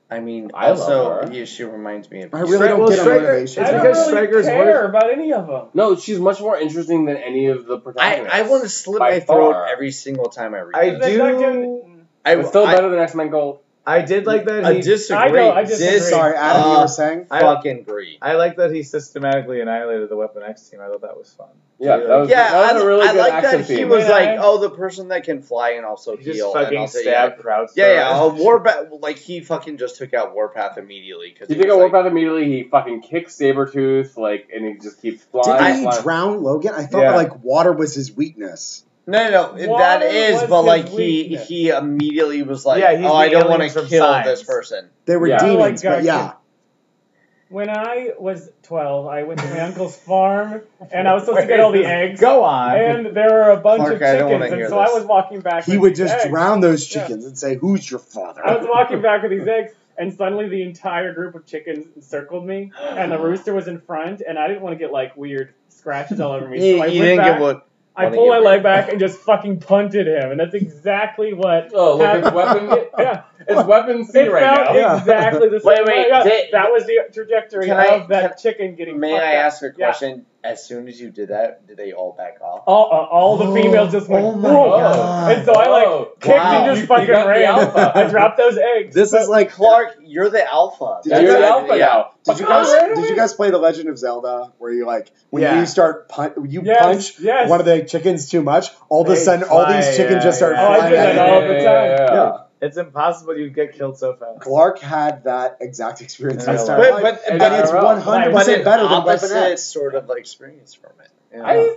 S3: I mean,
S1: I love
S3: also
S1: her.
S3: yeah, she reminds me of.
S4: I really
S2: Stri-
S4: don't
S2: well,
S4: get
S2: Stryker-
S4: her motivation.
S5: I don't
S2: because
S5: really
S2: Stryker's
S5: care
S2: worth-
S5: about any of them.
S1: No, she's much more interesting than any of the
S3: I,
S1: protagonists.
S3: I want to slit
S1: By
S3: my throat
S1: far.
S3: every single time I read.
S2: I
S3: that.
S5: That's
S2: do-
S5: not good.
S3: I,
S1: It's still
S3: I-
S1: better than X Men Gold.
S2: I did like that.
S3: I
S2: he,
S3: disagree.
S5: I know, I disagree.
S3: Dis-
S4: Sorry, Adam, you
S3: uh,
S4: were saying?
S2: I-
S3: fucking agree.
S2: I like that he systematically annihilated the Weapon X team. I thought that was fun.
S1: Yeah, that was,
S3: yeah,
S1: that was
S3: I,
S1: a really
S3: I
S1: good
S3: like
S1: action
S3: that he
S1: scene.
S3: was
S5: Yeah.
S3: like, oh, the person that can fly and also
S2: He
S3: heal.
S2: just
S3: and
S2: fucking
S3: also-
S2: stabbed Proud.
S3: Yeah, yeah. Uh,
S2: <laughs>
S3: Warpath, like he fucking just took out Warpath immediately because
S1: You think I woke up immediately? He fucking kicks Sabretooth, like, and he just keeps flying.
S4: Didn't he
S1: flying.
S4: drown Logan? I thought
S2: Yeah.
S4: like water was his weakness.
S3: No, no, no
S5: Water
S3: that is,
S5: was
S3: but
S5: his
S3: like he
S5: weakness.
S3: he immediately was like,
S2: Yeah, he's
S3: oh, I
S2: the
S3: don't want
S2: aliens
S3: to
S2: from
S3: kill
S2: Signs.
S3: this person.
S4: They were
S1: Yeah.
S5: Oh my
S4: demons, but
S5: God,
S4: yeah.
S5: When I was 12, I went to my uncle's farm, and I was supposed to get all the eggs.
S2: Go on.
S5: And there were a bunch of
S3: Clark, I don't
S5: chickens,
S3: wanna
S5: and
S3: hear
S5: so
S3: this.
S5: I was walking back.
S4: He
S5: with
S4: would
S5: these
S4: just
S5: eggs.
S4: drown those
S5: Yeah.
S4: chickens and say, Who's your
S5: I was
S4: father?
S5: walking back with these eggs, and suddenly the entire group of chickens encircled me, and the rooster was in front, and I didn't want to get like weird scratches all over me. So I
S3: you
S5: went
S3: didn't
S5: back,
S3: get what?
S5: I
S3: wanna
S5: pulled my
S3: get
S5: leg back and just fucking punted him, and that's exactly what.
S1: Oh, look,
S5: <laughs>
S1: it's
S5: happened.
S1: weapon.
S5: yeah,
S1: It's weapon C
S5: it
S1: right
S5: felt
S1: now.
S4: Yeah.
S5: exactly the same
S3: Wait, wait,
S5: way. Yeah,
S3: did-
S5: that was the trajectory
S3: Can
S5: of
S3: I-
S5: that chicken getting.
S3: May
S5: fucked
S3: I
S5: up.
S3: ask a
S5: Yeah.
S3: question? As soon as you did that, did they all back off?
S5: All, uh, all the
S3: Oh,
S5: females just went.
S3: oh my
S5: "Whoa."
S3: God.
S5: And so I like
S1: Whoa.
S5: kicked
S3: Wow.
S5: and
S1: You- you
S5: just fucking
S1: got the
S5: ran.
S1: alpha.
S5: <laughs> I dropped those eggs.
S4: This is like
S3: Clark, you're the alpha.
S4: Did
S1: Yeah,
S3: That's
S1: you're the
S3: what-
S1: alpha
S3: yeah.
S1: now.
S4: Did you
S1: Fuck,
S4: guys
S1: alright,
S4: did you guys play The Legend of Zelda where you like when
S2: Yeah.
S4: you start punch you
S5: Yes,
S4: punch
S5: yes.
S4: one of the chickens too much, all of a
S2: They
S4: sudden all
S2: fly,
S4: these chickens
S2: yeah,
S4: just start
S2: yeah.
S5: Oh, I
S4: flying
S5: did
S4: at
S5: that
S4: you.
S5: all the time.
S4: Yeah.
S2: It's impossible you'd get killed so fast.
S4: Clark had that exact experience.
S2: Yeah.
S4: in his
S2: But-
S4: life,
S3: but-
S4: and
S1: but-
S4: it's one hundred
S3: But
S4: percent
S3: an
S4: better than Weapon
S3: opposite
S4: X.
S3: sort of experience from it. Yeah.
S1: I,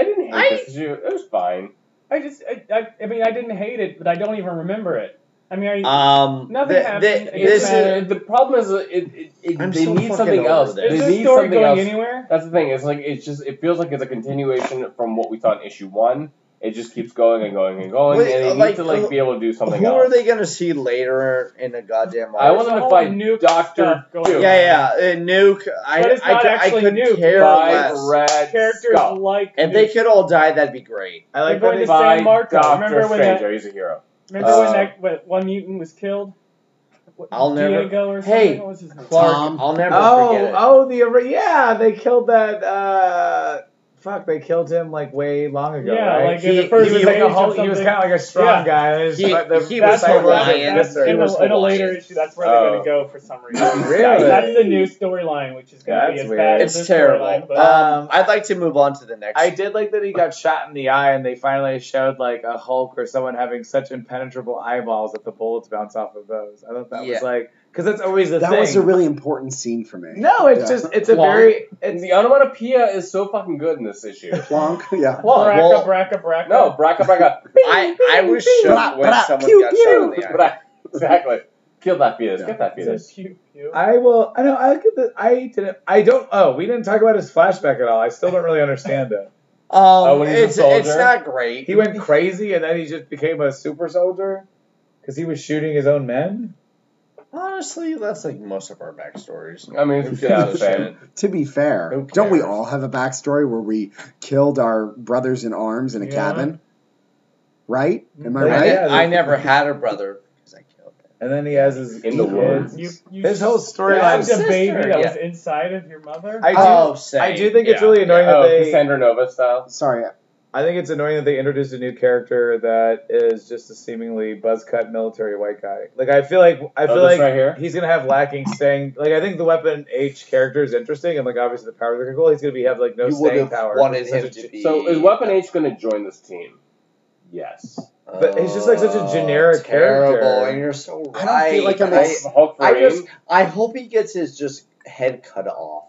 S1: I didn't hate
S3: I-
S1: this. You- It was fine.
S5: I just, I, I, I mean, I didn't hate it, but I don't even remember it. I mean, I,
S3: Um,
S5: Nothing
S3: th-
S5: happened.
S3: th-
S5: It
S3: this
S1: It's,
S5: doesn't
S3: is
S1: uh, the problem is uh, it, it, it,
S3: I'm
S1: they
S3: so
S1: need
S3: fucking
S1: something
S3: over
S1: else.
S3: this.
S5: is
S1: They
S5: this
S1: need
S5: story
S1: something
S5: going
S1: else.
S5: anywhere?
S1: That's the thing. It's like it's just it feels like it's a continuation from what we saw in issue one, It just keeps going and going and going,
S3: Wait, uh,
S1: and they
S3: like,
S1: need to like be able to do something
S3: Who
S1: else.
S3: are they gonna see later in a goddamn?
S1: I
S3: Marvel?
S1: want them to
S5: All
S1: fight
S5: nuke
S1: Doctor
S5: stuff going
S1: Doom.
S5: on.
S3: Yeah, yeah. uh, nuke. I,
S5: But it's
S3: I,
S5: not
S3: could- I
S5: actually
S3: could
S5: Nuke.
S3: care
S1: by
S3: less.
S1: Red
S5: Characters
S1: Skull.
S5: like
S3: If
S5: Nuke.
S3: they could all die, that'd be great.
S2: I like
S5: They're
S2: when
S5: going
S2: they
S5: to- Sam
S1: By
S5: Marco.
S1: Doctor
S5: Remember when that-
S1: Stranger. He's a hero.
S5: Remember
S3: Uh,
S5: when that when one mutant was killed? What,
S3: I'll never-
S5: Diego or something?
S3: Hey,
S5: What was his name?
S3: Clark,
S4: Tom.
S3: I'll never forget
S2: Oh,
S3: it.
S2: oh, the ori- yeah, they killed that. uh Fuck, they killed him like way long ago.
S5: Yeah,
S2: right?
S5: like
S3: He-
S5: in the first
S2: he was like
S5: page
S2: a
S5: or
S2: Hulk, he was
S5: something.
S2: kind of like a strong
S5: Yeah.
S2: guy. and it's-
S3: He-
S2: but the-
S3: he was
S2: the
S5: That's
S2: side
S5: where
S3: Hawaiian.
S2: was-
S5: that's- that's
S3: He
S5: in,
S3: was
S5: a, in a later
S3: Hawaiian.
S5: issue. That's where they're
S1: Oh.
S5: gonna go for some reason.
S2: <laughs> Really?
S5: That's the new storyline, which is gonna be
S2: That's
S5: as
S2: weird.
S5: bad as
S3: It's
S5: this
S3: terrible.
S5: storyline, but-
S3: um, I'd like to move on to the next.
S2: I did like that he got shot in the eye, and they finally showed like a Hulk or someone having such impenetrable eyeballs that the bullets bounce off of those. I thought that
S3: Yeah.
S2: was like because that's always the
S4: that
S2: thing.
S4: was a really important scene for me.
S2: no, it's
S4: Yeah.
S2: just it's a
S3: Plonk.
S2: very
S1: And
S2: it's
S5: <laughs>
S1: the onomatopoeia is so fucking good in this <laughs> issue.
S4: Plonk, yeah.
S3: Well,
S5: Bracka,
S3: well,
S5: bracka, bracka.
S1: No, Bracka <laughs> Bracka.
S3: I, I <laughs>
S2: <laughs>
S3: was shook
S4: Blah,
S3: when
S4: blah,
S3: someone
S4: pew,
S3: got shot in the eye.
S1: Bracka. Exactly. Kill that fetus. Get that
S5: It says
S1: fetus.
S5: pew, pew.
S2: I will. I know. I look at the. I didn't. I don't. Oh, we didn't talk about his flashback at all. I still don't really understand it.
S3: Um,
S1: when he's a
S3: it's it's
S1: soldier?
S3: not great.
S2: He went crazy, and then he just became a super soldier because he was shooting his own men.
S3: Honestly, that's like most of our backstories.
S1: I mean, it's- yeah, it's the same.
S4: To be fair,
S3: Who
S4: don't we
S3: cares?
S4: all have a backstory where we killed our brothers in arms in a
S5: Yeah.
S4: cabin? Right? Am I
S3: I,
S2: Yeah,
S4: right?
S3: ne-
S2: yeah,
S3: I
S2: that's-
S3: never had a brother because I killed him.
S2: And then he has his
S1: In the
S2: kids.
S1: woods.
S5: You, you
S2: His whole
S5: stabbed
S2: storyline.
S3: Yeah.
S5: a baby
S3: Sister,
S5: that
S3: yeah.
S5: was inside of your mother.
S2: I do.
S3: oh, same.
S2: I do think it's
S3: Yeah,
S2: really annoying
S3: yeah.
S1: Oh,
S2: that they.
S1: Cassandra Nova style.
S4: Sorry,
S2: I think it's annoying that they introduced a new character that is just a seemingly buzz cut military white guy. Like I feel like I
S1: Oh,
S2: feel
S1: this
S2: like
S1: right here.
S2: he's gonna have lacking staying. Like I think the Weapon H character is interesting, and like obviously the powers are cool. He's gonna be have like no
S3: you would have
S2: staying power.
S3: wanted
S2: He's such
S3: him
S2: a
S3: to
S2: ge-
S3: be.
S1: So is Weapon H going to join this team? Yes.
S2: But he's just, like, such a
S3: Oh,
S2: generic
S3: terrible,
S2: character.
S3: And you're so right.
S4: I don't feel like I'm
S3: I-
S4: as-
S1: Hulk
S3: I
S1: Marine?
S3: just I hope he gets his just head cut off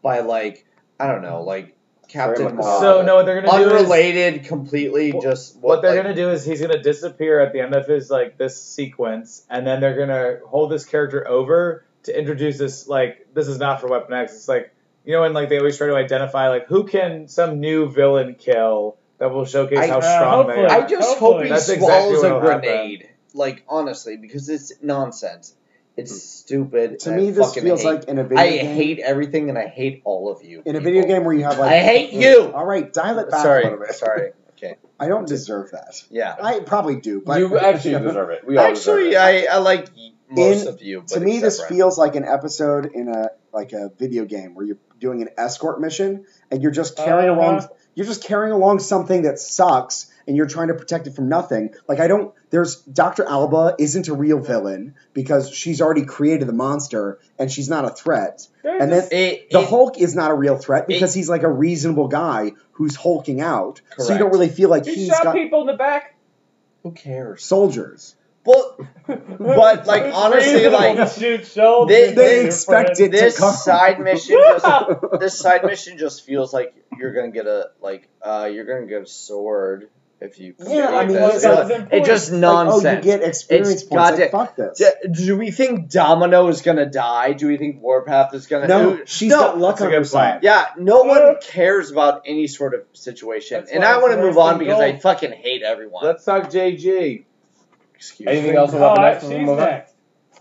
S3: by like I don't know like Captain
S1: much
S3: Marvel.
S2: So no, what they're gonna do is
S3: unrelated, completely
S2: What-
S3: just
S2: what they're
S3: like,
S2: gonna do is he's gonna disappear at the end of his like this sequence, and then they're gonna hold this character over to introduce this like this is not for Weapon X. It's like you know when like they always try to identify like who can some new villain kill that will showcase
S3: I-
S2: how
S3: Uh,
S2: strong they
S5: hopefully.
S2: are.
S3: I just
S5: Hopefully.
S3: hope he
S2: That's exactly
S3: swallows
S2: what'll
S3: a
S2: happen.
S3: grenade. Like honestly, because it's nonsense. It's stupid.
S4: to
S3: and
S4: me
S3: I
S4: this
S3: fucking
S4: feels
S3: hate.
S4: like in a video
S3: I
S4: game.
S3: hate everything and I hate all of you.
S4: in a
S3: people.
S4: video game where you have like
S3: I hate you.
S4: All right, dial it back
S3: sorry,
S4: a little bit.
S3: sorry. Okay,
S4: I don't deserve that.
S3: yeah.
S4: I probably do, but
S1: you
S4: <laughs>
S1: actually deserve it. We all deserve
S3: <laughs> Actually,
S1: it.
S3: I, I like most
S4: In-
S3: of you. But
S4: to me this
S3: except Ryan.
S4: feels like an episode in a like a video game where you're doing an escort mission and you're just carrying
S5: Uh-huh.
S4: along you're just carrying along something that sucks and you're trying to protect it from nothing like i don't there's dr alba isn't a real villain because she's already created the monster and she's not a threat
S5: There's
S4: and
S5: a
S4: then
S3: It-
S4: the
S3: it-
S4: hulk is not a real threat because he's like a reasonable guy who's hulking out so you
S3: Correct.
S4: don't really feel like
S5: He
S4: he's
S5: shot
S4: got
S5: people in the back.
S3: who cares?
S4: soldiers
S3: Well, But,
S5: <laughs>
S3: like, honestly, like,
S5: shoot shoulders.
S3: they- they
S5: dude,
S4: expect
S5: friend.
S4: It's a
S3: this
S4: car. <laughs>
S3: side mission just this side mission just feels like you're gonna get a like uh you're gonna get a sword if you complete
S4: Yeah, I mean,
S3: this.
S4: it's like-
S3: It's like- it's just nonsense.
S4: Like, oh, you get experience
S3: It's
S4: points. Like,
S3: goddamn-
S4: fuck this.
S3: do, do we think Domino is gonna die? Do we think Warpath is gonna?
S4: no,
S3: who-
S4: she's
S3: no.
S4: got luck
S2: That's a
S4: on
S2: good
S4: her side.
S3: Yeah, no
S5: Uh,
S3: one cares about any sort of situation,
S5: That's
S3: and
S5: why
S3: I
S5: it's
S3: want to
S5: the
S3: move
S5: worst
S3: on
S5: in
S3: because
S5: golf.
S3: I fucking hate everyone.
S2: Let's talk JG.
S3: Excuse
S1: Anything
S3: me.
S1: else
S5: Oh,
S1: about
S5: I-
S1: next?
S5: she's
S1: Move on.
S5: next.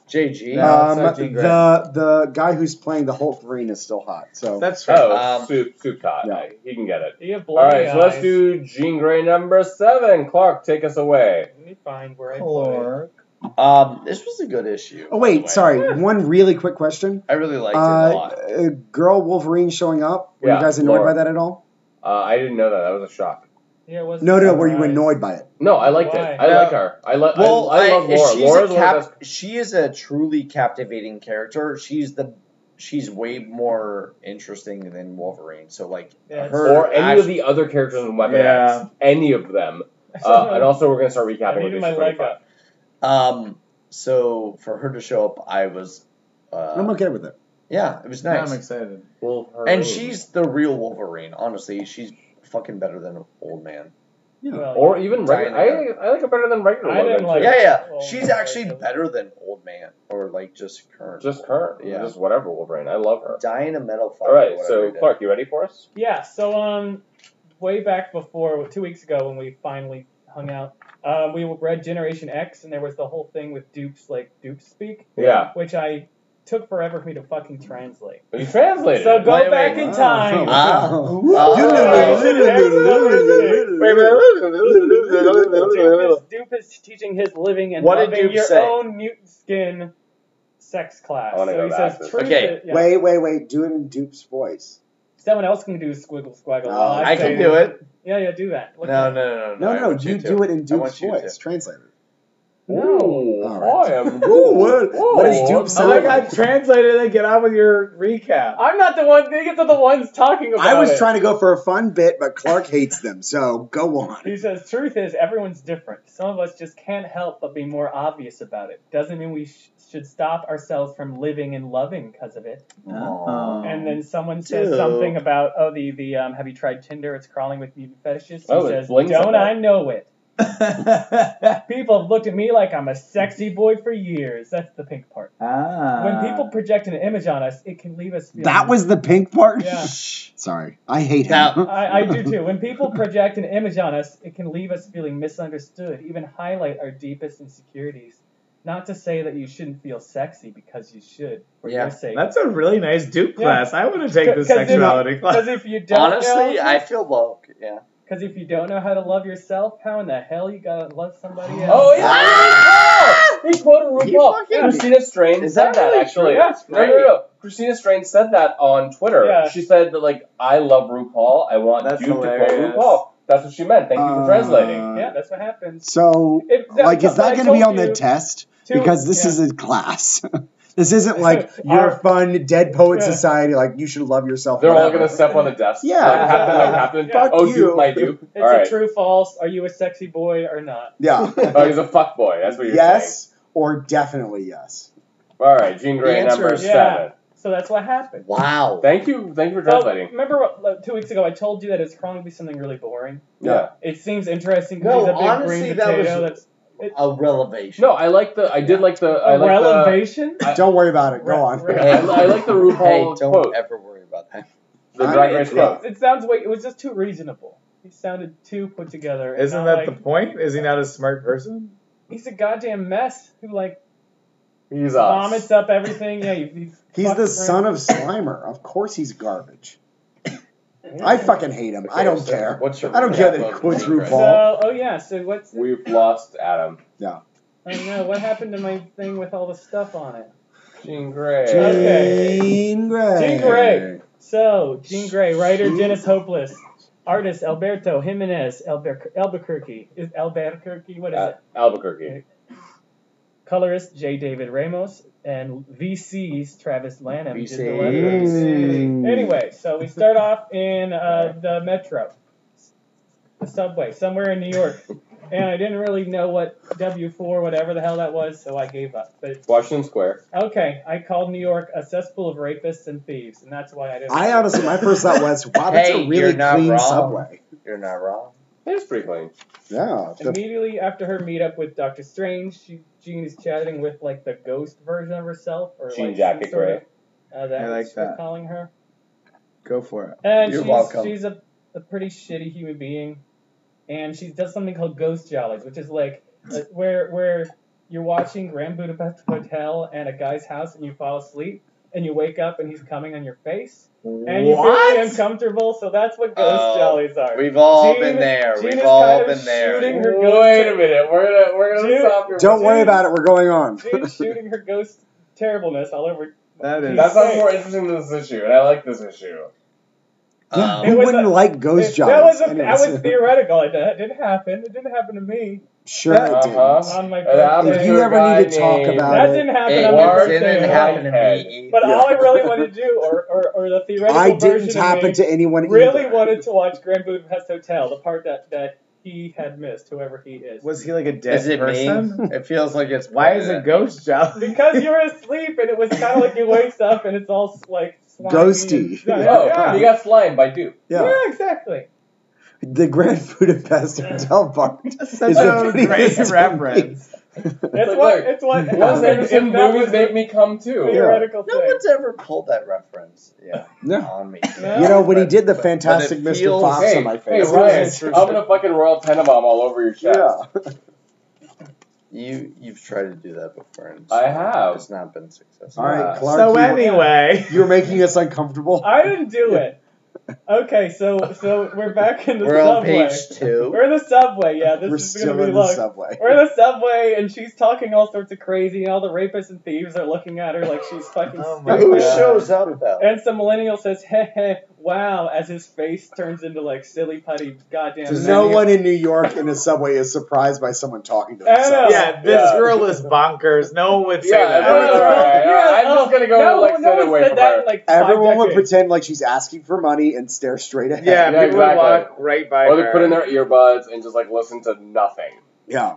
S3: JG.
S2: Yeah.
S4: um,
S2: that's actually great.
S4: the the guy who's playing the Hulk Green is still hot. So
S2: That's right.
S1: Oh,
S3: Um,
S1: soup, soup tot.
S4: yeah.
S1: He can get it.
S5: You have
S1: All
S5: bloody
S1: right, so let's
S5: eyes.
S1: do Jean Grey number seven. Clark, take us away.
S5: Let me find where I put it.
S2: Or-
S3: um, this was a good issue. by
S4: oh
S3: the way.
S4: wait, sorry. One really quick question.
S3: I really liked
S4: Uh,
S3: it a lot.
S4: uh, girl Wolverine showing up. Were
S1: Yeah,
S4: you guys annoyed
S1: Laura.
S4: by that at all?
S1: Uh, I didn't know that. That was a shock.
S5: Yeah, it wasn't
S4: No, no.
S5: surprised.
S4: Were you annoyed by it?
S1: No, I liked
S5: Why?
S1: it. I
S3: No.
S1: like her. I like.
S3: Well,
S1: I, I love
S3: if
S1: Laura.
S3: she's
S1: Laura's
S3: a
S1: one of the
S3: cap-
S1: best.
S3: she is a truly captivating character. She's the she's way more interesting than Wolverine. So like
S5: Yeah,
S3: her
S1: Or any
S3: act-
S1: of the other characters in Weapon
S2: Yeah.
S1: X. Any of them. Uh, and also, we're gonna start
S5: I
S1: recapping with
S5: needed
S1: issue
S5: my leg
S1: 25.
S5: up.
S3: um so for her to show up, I was
S4: I'm
S3: uh,
S4: okay with it.
S3: yeah, it was
S2: Now
S3: nice.
S2: I'm excited.
S1: Wolverine.
S3: and she's the real Wolverine. Honestly, she's fucking better than old man.
S4: Yeah.
S5: Well,
S1: Or even regular.
S3: Diana.
S1: I, I like her better than regular.
S5: I
S1: Logan,
S5: didn't like
S1: too.
S3: Yeah, yeah.
S5: Well,
S3: she's
S5: okay,
S3: actually
S5: okay.
S3: better than old man or like just current.
S1: Just her.
S3: Yeah.
S1: Just whatever Wolverine. I love her.
S3: Diana Metal.
S1: All right. So Clark, you ready for us?
S5: yeah, so um, way back before two weeks ago when we finally hung out. Um, we read Generation X, and there was the whole thing with dupes, like dupe speak,
S1: Yeah.
S5: which I took forever for me to fucking translate.
S1: But you translated.
S5: So
S1: it.
S5: go
S3: Wait,
S5: back
S3: wait.
S4: Oh.
S5: in
S4: <laughs>
S5: time.
S3: <laughs>
S2: Ah.
S3: Wow. Oh.
S5: Doop is, Doop is teaching his living and
S3: What did
S5: loving
S3: Doop
S5: your
S3: say?
S5: own mutant skin sex class.
S1: I wanna
S5: so
S1: go
S5: he
S1: to
S5: says,
S1: Axis.
S5: "Truth
S3: Okay.
S5: it- yeah.
S4: Wait, wait, wait. Do it in Dupe's voice.
S5: Someone else can do squiggle squaggle.
S4: No,
S5: while I,
S3: I can do it.
S5: Yeah, yeah, do that. Look
S3: No, no,
S5: at
S3: no, no.
S4: No,
S3: I
S4: no,
S3: want
S4: you
S3: to.
S4: do it in
S3: I want
S4: Dupe's
S3: you to.
S4: voice. Translate it.
S1: Ooh,
S4: All right.
S1: Oh, I
S3: <laughs>
S1: am.
S4: Ooh, what- what does
S1: Ooh,
S4: Dupe
S1: I'm
S2: Oh my
S1: not-
S4: sound
S2: god, translate it and get on with your recap.
S5: I'm not the one. They get to the ones talking about
S4: I was
S5: it.
S4: trying to go for a fun bit, but Clark hates them, so go on.
S5: <laughs> He says, "Truth is, everyone's different. Some of us just can't help but be more obvious about it. Doesn't mean we sh- should stop ourselves from living and loving because of it."
S2: <laughs>
S5: and then someone says
S3: Dude.
S5: something about, "Oh, the the um, have you tried Tinder? It's crawling with mutant fetishes." He
S1: Oh, it
S5: says, "Don't
S1: blinks at that."
S5: I know it?
S2: ah.
S5: People have looked at me like I'm a sexy boy for years." That's the pink part.
S2: Ah. Uh.
S5: when people project an image on us, it can leave us. Feeling
S4: That was the pink part?
S5: Yeah.
S4: <laughs> Sorry. I hate him.
S3: Now-
S5: <laughs> I, I do too. When people project an image on us, it can leave us feeling misunderstood, even highlight our deepest insecurities. Not to say that you shouldn't feel sexy because you should, for
S3: Yeah,
S5: your sake.
S2: That's a really nice dupe
S5: Yeah.
S2: class. I want to take this
S5: 'Cause if-
S2: sexuality class.
S5: Because if you don't
S3: Honestly, I
S5: know,
S3: feel woke. Yeah.
S5: because if you don't know how to love yourself, how in the hell you gotta love somebody else?
S1: Oh, yeah.
S3: Ah!
S1: He quoted RuPaul.
S3: fucking-
S1: Christina Strain
S3: Is
S1: said
S3: that
S1: that
S3: really
S1: actually.
S3: true? That's
S1: no, no,
S3: great.
S1: no. Christina Strain said that on Twitter.
S5: Yeah.
S1: She said that like I love RuPaul. I want
S3: That's
S1: you to
S3: hilarious.
S1: quote RuPaul. That's what she meant. Thank you for
S4: Uh,
S1: translating.
S5: yeah, that's what happens.
S4: So,
S5: If-
S4: like, is that
S5: I
S4: going to be
S5: told
S4: on the
S5: you
S4: test?
S5: to-
S4: Because this
S5: yeah.
S4: is a class. <laughs> this isn't
S5: <laughs>
S4: like your
S5: Our-
S4: fun Dead Poet
S5: Yeah.
S4: Society, like, you should love yourself.
S1: They're all
S4: whatever.
S1: gonna step on a desk.
S4: Yeah.
S1: Like, happen, like, happen.
S5: Yeah.
S1: Oh,
S4: Fuck you.
S1: dupe, my dupe. all
S5: It's a
S1: right.
S5: true false. Are you a sexy boy or not? <laughs>
S4: Yeah.
S1: Oh, he's a fuck boy. That's what you're saying.
S4: yes, or definitely yes.
S1: All right, Jean Grey,
S3: The answer
S1: number
S3: is-
S5: Yeah.
S1: seven.
S5: So that's what happened.
S3: Wow.
S1: Thank you, thank you for
S5: Well,
S1: translating.
S5: remember what, like, two weeks ago I told you that it's probably gonna be something really boring.
S1: yeah.
S5: It seems interesting
S3: No,
S5: because he's a big
S3: honestly,
S5: green
S3: that
S5: potato.
S3: was-
S5: that's
S3: A relevation.
S1: No, I like the. I did like the. I
S5: a
S1: like the.
S5: relevation.
S1: I-
S4: Don't worry about it. Go
S5: Right,
S4: on.
S5: right.
S1: I, I like the RuPaul
S3: Hey, don't
S1: quote.
S3: ever worry about that.
S1: The Drag Race quote.
S5: It sounds way. It was just too reasonable. He sounded too put together. and
S2: Isn't
S5: not
S2: that the
S5: like,
S2: point? Is he not a smart person?
S5: He's a goddamn mess who like
S1: He's us.
S5: vomits up everything. Yeah, he- he's.
S4: <laughs> He's
S5: fucked
S4: the
S5: around.
S4: son of Slimer. Of course he's garbage. I fucking hate him. I don't
S3: so
S4: care.
S3: What's your
S4: I don't care
S3: recap
S4: that
S3: of
S4: he quotes
S3: Jean Grey?
S4: RuPaul.
S5: So oh yeah. So what's?
S1: We've lost Adam.
S5: I don't know what happened to my thing with all the stuff on it.
S1: Jean Grey.
S4: Jean
S5: Okay.
S4: Grey.
S5: Jean Grey. So, Jean Grey, writer Dennis Hopeless, artist Alberto Jimenez Albuquer- Albuquerque. Is Albuquerque what is
S1: Uh,
S5: it?
S1: Albuquerque.
S5: Colorist J. David Ramos and VC's Travis Lanham. did the
S3: VCs.
S5: letters.
S4: Mm.
S5: Anyway, so we start off in uh, the metro, the subway, somewhere in New York, and I didn't really know what W four, whatever the hell that was, so I gave up. But
S1: Washington Square.
S5: okay, I called New York a cesspool of rapists and thieves, and that's why I didn't.
S4: I honestly, my first thought was, wow, that's
S3: Hey,
S4: a
S3: you're
S4: really
S3: not
S4: clean
S3: wrong.
S4: subway.
S3: You're not wrong.
S1: It's pretty clean.
S4: Yeah. The,
S5: Immediately after her meetup with Doctor Strange, she, Jean is chatting with like the ghost version of herself, or
S1: Jean
S5: like
S1: Jacket
S5: some sort
S1: Grey.
S5: of- Uh, that
S2: I like
S5: we're
S2: that.
S5: calling her.
S2: Go for it.
S5: And
S3: You're
S5: she's,
S3: welcome.
S5: she's a, a pretty shitty human being, and she does something called ghost jollies, which is like uh, where where you're watching Grand Budapest Hotel and a guy's house, and you fall asleep, and you wake up, and he's coming on your face, and you feel really uncomfortable. So that's what ghost
S3: Oh,
S5: jollies are.
S3: We've all
S5: Jean-
S3: been there.
S5: Jean is
S3: We've
S5: kind
S3: all
S5: of
S3: been there.
S5: shooting- her ghost-
S1: Wait a minute. We're gonna we're gonna
S5: Dude,
S1: stop your.
S4: don't worry about it. We're going on.
S5: <laughs> She's shooting her ghost terribleness all over.
S2: That is.
S1: That sounds
S5: Hey.
S1: more interesting than this issue, and I like this issue.
S4: <laughs> Yeah,
S5: It
S3: <laughs>
S4: who
S3: Um,
S5: was
S4: wouldn't
S5: a-
S4: like ghost
S5: That
S4: jobs?
S5: was a, that
S4: Anyways. <laughs>
S5: was theoretical. It, it didn't happen. It didn't happen to me
S4: Sure,
S2: Uh-huh.
S4: it did.
S5: on my
S1: It happened
S5: birthday.
S4: If you
S1: to a
S4: ever
S1: guy
S4: need to talk
S1: named-
S4: about
S5: That didn't happen
S3: it
S5: on my
S1: worked,
S3: worked, it
S5: birthday.
S3: didn't
S1: Whitehead.
S3: happen to me.
S5: But
S3: either.
S5: all I really wanted to do, or, or, or the theoretical
S4: <laughs> I
S5: version
S4: didn't
S5: of
S4: happen
S5: me,
S4: to anyone either.
S5: really wanted to watch Grand Budapest Hotel, the part that, that he had missed, whoever he
S2: <laughs>
S5: is.
S2: Was he like a dead
S3: Is it
S2: person?
S3: me? It feels like it's.
S2: Why is it ghost job?
S5: <laughs> because you were asleep, and it was kind of like he wakes up, and it's all like slimy
S4: Ghosty.
S5: and-
S1: No,
S3: Oh.
S5: yeah.
S1: you got slimed by Duke.
S4: Yeah.
S5: Yeah, exactly.
S4: The Grand <laughs> Budapest Hotel part.
S2: Such
S4: Is it
S2: a
S4: me?
S2: great
S4: Is it me?
S2: reference.
S5: It's
S1: like,
S5: what
S1: look,
S5: it's what
S1: Once
S5: happened
S1: Anderson
S5: if that
S1: movies
S5: was
S1: make
S5: a
S1: me come too.
S5: theoretical
S3: No
S5: thing.
S3: one's ever pulled that reference. Yeah,
S4: <laughs> No.
S3: on me.
S5: No.
S4: You know, when he did the
S3: But- but it
S4: fantastic Mr.
S3: feels-
S4: Fox
S1: Hey,
S4: on my
S1: hey
S4: face.
S1: Ryan,
S2: That's
S1: I'm
S2: interesting.
S1: gonna fucking royal tenenbaum all over your chest.
S3: You you've tried to do that before. And it's-
S1: I have.
S3: It's not been successful.
S4: All right,
S1: Yeah.
S4: Clark.
S2: so
S4: you,
S2: anyway,
S4: <laughs> you're making us uncomfortable.
S5: <laughs> I didn't do it. Okay, so so we're back in the
S3: We're on
S5: subway.
S3: page two.
S5: We're in the subway. Yeah, this
S4: We're
S5: is gonna
S4: still
S5: be
S4: in the
S5: long.
S4: subway.
S5: We're in the subway, and she's talking all sorts of crazy, and all the rapists and thieves are looking at her like she's fucking.
S2: Oh my
S5: stupid.
S3: Who
S2: God.
S3: shows up though?
S5: And some millennial says, "Hey, hey, wow!" as his face turns into like silly putty, goddamn.
S4: There's
S5: man.
S4: no one in New York in a subway is surprised by someone talking to
S5: I know.
S4: themselves.
S2: yeah, this
S1: Yeah.
S2: girl is bonkers. No one would say
S1: Yeah,
S5: No,
S2: that.
S5: no,
S1: everyone's
S5: no,
S1: all right.
S5: yeah,
S1: I'm just
S5: oh,
S1: gonna go,
S5: no,
S1: like,
S5: no
S1: sit
S5: one
S1: away
S5: said
S1: from
S5: that
S1: her.
S5: in, like, five
S4: Everyone would
S5: decades.
S4: pretend like she's asking for money and stare straight ahead.
S2: Yeah,
S1: Yeah,
S2: people
S1: exactly.
S2: would walk right by
S1: Or
S2: her.
S1: they put in their earbuds and just like listen to nothing.
S4: Yeah.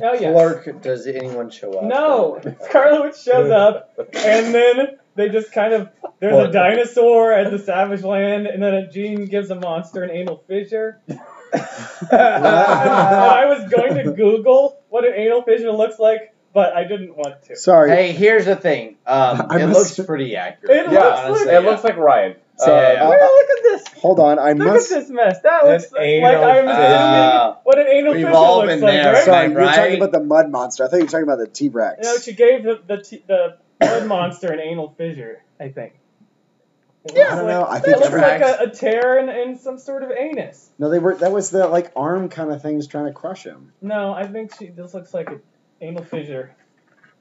S5: Oh yeah.
S3: Clark, does anyone show up?
S5: No, Scarlet Witch shows up, and then they just kind of there's a dinosaur at the Savage Land, and then a Jean gives a monster an anal fissure. And <laughs> I was going to Google what an anal fissure looks like, but I didn't want to.
S4: Sorry.
S3: Hey, here's the thing. Um,
S4: <laughs> I
S3: it
S4: must-
S3: looks pretty accurate.
S5: It
S1: Yeah,
S5: looks
S3: honestly,
S5: like-
S1: It looks like Ryan.
S3: So-
S1: Uh,
S5: Well, Oh, look at this.
S4: Hold on. I
S5: Look
S4: must.
S5: at this mess. That
S2: That's
S5: looks like
S2: anal
S5: I'm
S3: Uh,
S2: fissure.
S5: assuming
S3: Ah.
S5: what an anal
S3: We've
S5: fissure
S3: all
S5: looks
S3: been
S5: like,
S3: there,
S5: right?
S4: Sorry, you were
S3: Right.
S4: talking about the mud monster. I thought you were talking about the T Rex.
S5: No, she gave the the, t- the blood monster an anal fissure. I think. It
S4: Yeah.
S5: looks
S4: I don't
S5: like-
S4: know, I
S5: it
S4: think it
S5: looks like
S3: tracks.
S5: a, a tear in, in some sort of anus.
S4: No, they were. That was the like arm kind of things trying to crush him.
S5: No, I think she. This looks like an anal fissure.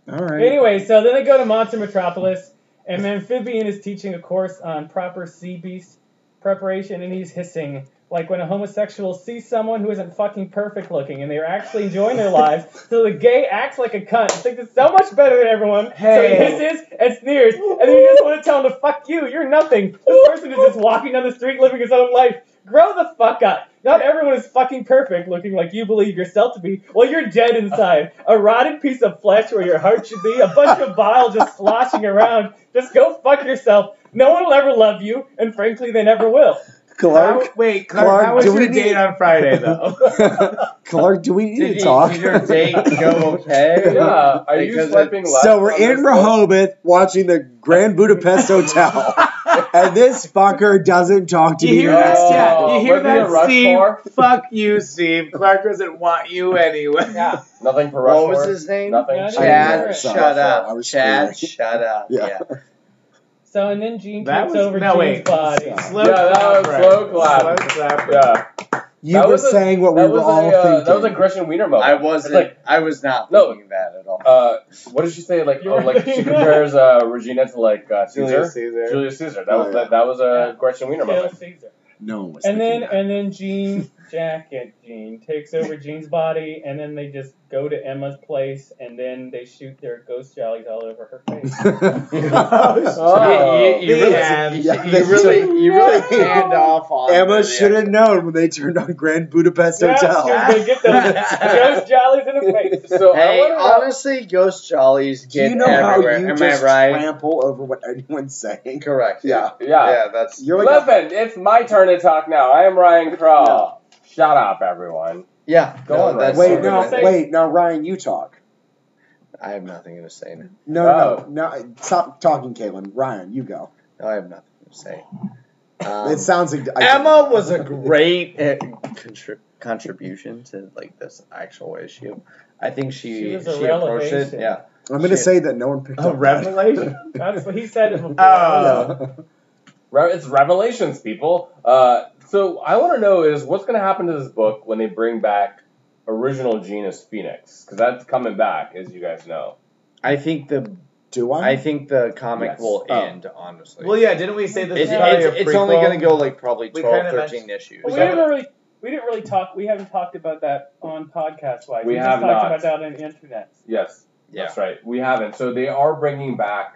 S4: All right.
S5: Anyway, so then they go to Monster Metropolis, and Amphibian is teaching a course on proper sea beast preparation, and he's hissing like when a homosexual sees someone who isn't fucking perfect looking, and they're actually enjoying
S4: <laughs>
S5: their lives. So the gay acts like a cunt, and thinks it's so much better than everyone. So he hisses and sneers, and then you just want to tell him to fuck you. You're nothing. This person is just walking down the street, living his own life. Grow the fuck up. Not everyone is fucking perfect looking like you believe yourself to be. Well, you're dead inside. A rotted piece of flesh where your heart should be. A bunch of bile just sloshing around. Just go fuck yourself. No one will ever love you, and frankly, they never will.
S4: Clark.
S2: How- wait, Clark,
S4: Clark,
S2: how was
S4: do
S2: your
S4: we
S2: date
S4: need-
S2: on Friday though?
S4: <laughs> Clark, do we need
S3: Did
S4: to
S3: you-
S4: talk?
S3: did your
S4: <laughs>
S3: date go okay?
S1: yeah. Are you
S3: Because
S1: swiping left?
S4: So we're
S1: on
S4: in
S1: this
S4: Rehoboth watching the Grand <laughs>
S1: <laughs>
S4: Budapest Hotel, and this fucker doesn't talk to
S2: you
S4: me
S2: hear
S4: the
S2: that?
S4: next
S1: Oh,
S4: day.
S2: Yeah, you hear
S1: wasn't it
S2: that,
S1: Rushmore?
S2: Steve? Fuck you, Steve. Clark doesn't want you anyway.
S5: Yeah.
S1: list? Nothing for Rushmore.
S3: What was his name?
S1: Nothing.
S5: Yeah, I didn't hear
S3: Chad,
S5: it.
S3: shut
S4: Sorry, I
S3: up.
S4: was
S3: Chad,
S4: screaming.
S3: shut up.
S4: Yeah.
S3: Yeah.
S5: So, and then Gene
S2: That
S5: takes
S2: was-
S5: over
S2: no,
S5: Gene's
S2: wait.
S5: body.
S2: Slow
S1: Yeah, that
S2: clap,
S1: was
S2: right.
S1: slow clap.
S2: Slow clap.
S1: Yeah.
S4: You
S1: That
S4: were
S1: was a-
S4: saying what we
S1: That
S4: were
S1: was
S4: all
S1: a uh,
S4: thinking.
S1: that was a Gretchen Wiener moment.
S3: I
S1: It's
S3: wasn't.
S1: like
S3: I was not
S1: No.
S3: thinking that at
S4: Oh.
S3: all.
S1: uh, what did she say? Like
S5: You
S1: oh,
S5: were
S1: like she
S5: thinking that.
S1: compares uh, Regina to like uh,
S2: Julius
S1: Caesar.
S2: Caesar.
S1: Julius Caesar. That
S4: Oh,
S1: was
S4: yeah.
S1: that, that was a Gretchen Wiener
S5: Kill
S1: moment.
S5: <laughs> Caesar.
S4: no one was
S5: And
S4: thinking
S5: then,
S4: that.
S5: and then Gene, Jacket Gene, takes over Gene's body, and then they just go to Emma's place, and then they shoot their ghost jellies all over
S4: <laughs>
S5: her face.
S1: Oh.
S3: You- you, you really,
S2: Yeah,
S3: you,
S4: yeah,
S3: you
S4: they
S3: <laughs> really, you really
S5: should-
S3: hand off on
S4: Emma
S3: the-
S4: should have known when they turned on Grand Budapest
S5: Yeah, she was
S4: Hotel.
S5: gonna get those ghost jellies in her face.
S1: <laughs> So I
S3: Hey,
S1: wonder how-
S3: honestly, ghost jollies
S4: Do
S3: get
S4: you know
S3: everywhere.
S4: how you
S3: Am
S4: just
S3: I right?
S4: trample over what anyone's saying?
S3: Correct.
S4: Yeah.
S1: yeah.
S3: Yeah, that's.
S4: You're like a-
S1: Listen, it's my turn to talk now. I am Ryan Craw. Shut up, everyone.
S3: Yeah, go
S1: No,
S3: on. That's
S4: wait,
S3: sort of
S4: no,
S3: it.
S5: Say-
S4: wait, no, Ryan, you talk.
S3: I have nothing to say. now.
S4: No, no,
S3: Oh.
S4: no, stop talking, Caitlin. Ryan, you go.
S3: No, I have nothing to say. Um,
S4: it sounds like
S3: Emma was a great uh, contrib- contribution to like this actual issue. I think she
S5: She
S3: she,
S5: was a
S3: approached it.
S5: revelation.
S3: Yeah,
S4: I'm gonna
S3: shit. Oh,
S4: say that no one picked
S2: A
S4: up. that.
S2: revelation.
S5: That's what he said. Before.
S2: Oh.
S1: Re- It's revelations, people. Uh, so I want to know is what's going to happen to this book when they bring back original genus Phoenix because that's coming back, as you guys know.
S3: I think the
S4: Do I?
S3: I think the comic
S1: Yes.
S3: will
S4: Oh.
S3: end honestly.
S2: Well, yeah, didn't we say this
S3: it's,
S2: is probably
S3: it's,
S2: a
S3: it's only
S2: prequel?
S3: going to go like probably
S2: We
S3: 12,
S2: kinda
S3: 13 issues.
S5: But we
S2: that
S5: haven't really, we didn't really talk. We haven't talked about that on podcast wise.
S1: We
S5: just
S1: have
S5: talked
S1: not.
S5: about that on the internet.
S1: Yes,
S3: yeah.
S1: that's right. We haven't. So they are bringing back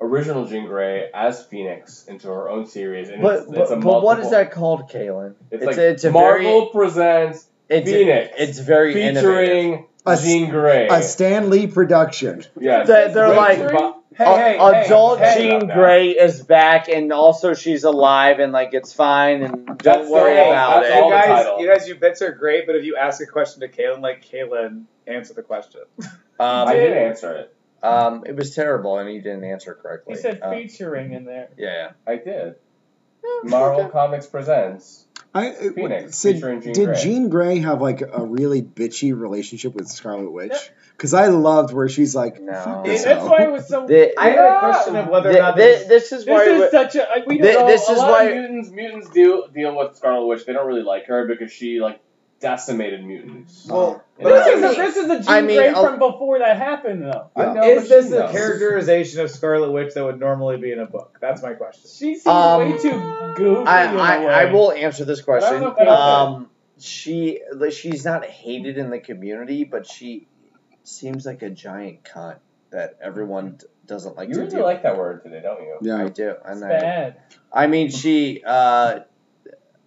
S1: original Jean Grey as Phoenix into her own series, and
S3: But,
S1: it's, it's a
S3: but, but what
S1: multiple-
S3: is that called, Kalen?
S1: It's,
S3: it's
S1: like
S3: a- it's a
S1: Marvel presents
S3: It's
S1: Phoenix
S3: it's very innovative.
S1: featuring
S4: A s-
S1: Jean Grey.
S4: a Stan Lee production.
S1: yes.
S3: They- they're
S1: With
S3: like-
S1: Bo-
S2: Hey, hey,
S3: Uh,
S2: hey,
S3: adult
S2: hey.
S3: Jean Grey is back, and also she's alive, and like it's fine, and don't
S1: That's
S3: worry
S1: the-
S3: about
S1: that's
S3: it.
S1: all the
S2: you guys,
S1: title.
S2: you guys, your bits are great, but if you ask a question to Kaylin, like Kaylin, answer the question.
S1: I
S3: Um,
S1: did answer it.
S3: um, it was terrible, and he didn't answer correctly.
S5: He said
S3: Uh,
S5: featuring in there.
S3: yeah,
S1: I did. Marvel Comics presents
S4: I, it-
S1: Phoenix
S4: Sid,
S1: featuring Jean
S4: did
S1: Grey.
S4: Jean Grey have like a really bitchy relationship with Scarlet Witch? Because I loved where she's like,
S3: No.
S4: "Fuck
S5: Yeah,
S4: this
S5: that's
S4: hoe."
S5: why it was so.
S3: yeah. The,
S2: I had a question of whether or
S3: the-
S2: not
S3: the-
S2: this.
S3: this is why.
S5: This
S3: we-
S5: is such a. I- We don't
S3: Thi-
S5: know.
S3: this
S5: a
S3: is
S5: lot
S3: why-
S5: Of
S1: mutants mutants deal deal with Scarlet Witch. They don't really like her because she like decimated mutants.
S3: well,
S1: But
S5: this, is
S1: I
S5: a,
S1: mean-
S5: this is a Jean
S3: I mean,
S5: Grey
S3: a-
S5: from before that happened, though.
S1: I
S4: Yeah.
S1: know,
S2: is
S1: but
S2: this
S1: she
S2: a
S1: knows.
S2: characterization of Scarlet Witch that would normally be in a book? That's my question.
S5: She seems
S3: Um,
S5: way too goofy.
S3: I,
S5: in a
S3: I,
S5: way.
S3: I will answer this
S1: But
S3: question.
S1: I don't know if I would.
S3: Um, she she's not hated in the community, but she seems like a giant cunt that everyone d- doesn't like
S1: You
S3: to
S1: really
S3: deal.
S1: like that word today, don't you?
S3: I
S4: Yeah,
S3: do,
S5: It's
S3: and I,
S5: bad.
S3: I mean she. Uh,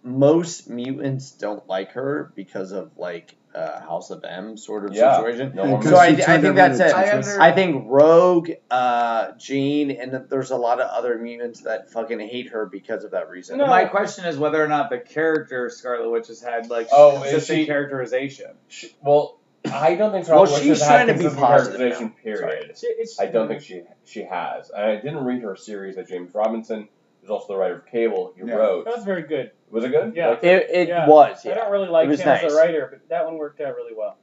S3: most mutants don't like her because of like uh, House of M sort of
S1: Yeah.
S3: situation.
S1: No one
S4: Because
S3: So I- I
S4: she turned
S3: think
S4: everyone
S3: that's
S4: into
S2: it. I
S4: Tetris.
S2: under-
S3: I think Rogue, uh, Jean, and th- there's a lot of other mutants that fucking hate her because of that reason.
S5: No.
S2: My question is whether or not the character Scarlet Witch has had like
S1: Oh, is
S2: consistent
S1: she-
S2: characterization.
S1: She, well, I don't think Scarlet
S3: Well,
S1: Witch
S3: she's
S1: has had
S3: trying to be
S1: consistent
S3: positive
S1: characterization, Period.
S5: She- it's-
S1: I don't think she she has. I didn't read her series that James Robinson, who's also the writer of Cable, he
S2: Yeah.
S1: wrote.
S5: that was very good.
S1: Was it good?
S5: Yeah.
S1: Like,
S3: It, it
S5: Yeah.
S3: was.
S5: I
S3: Yeah.
S5: don't really like
S3: It
S5: him
S3: was
S5: as
S3: nice.
S5: a writer, but that one worked out really well.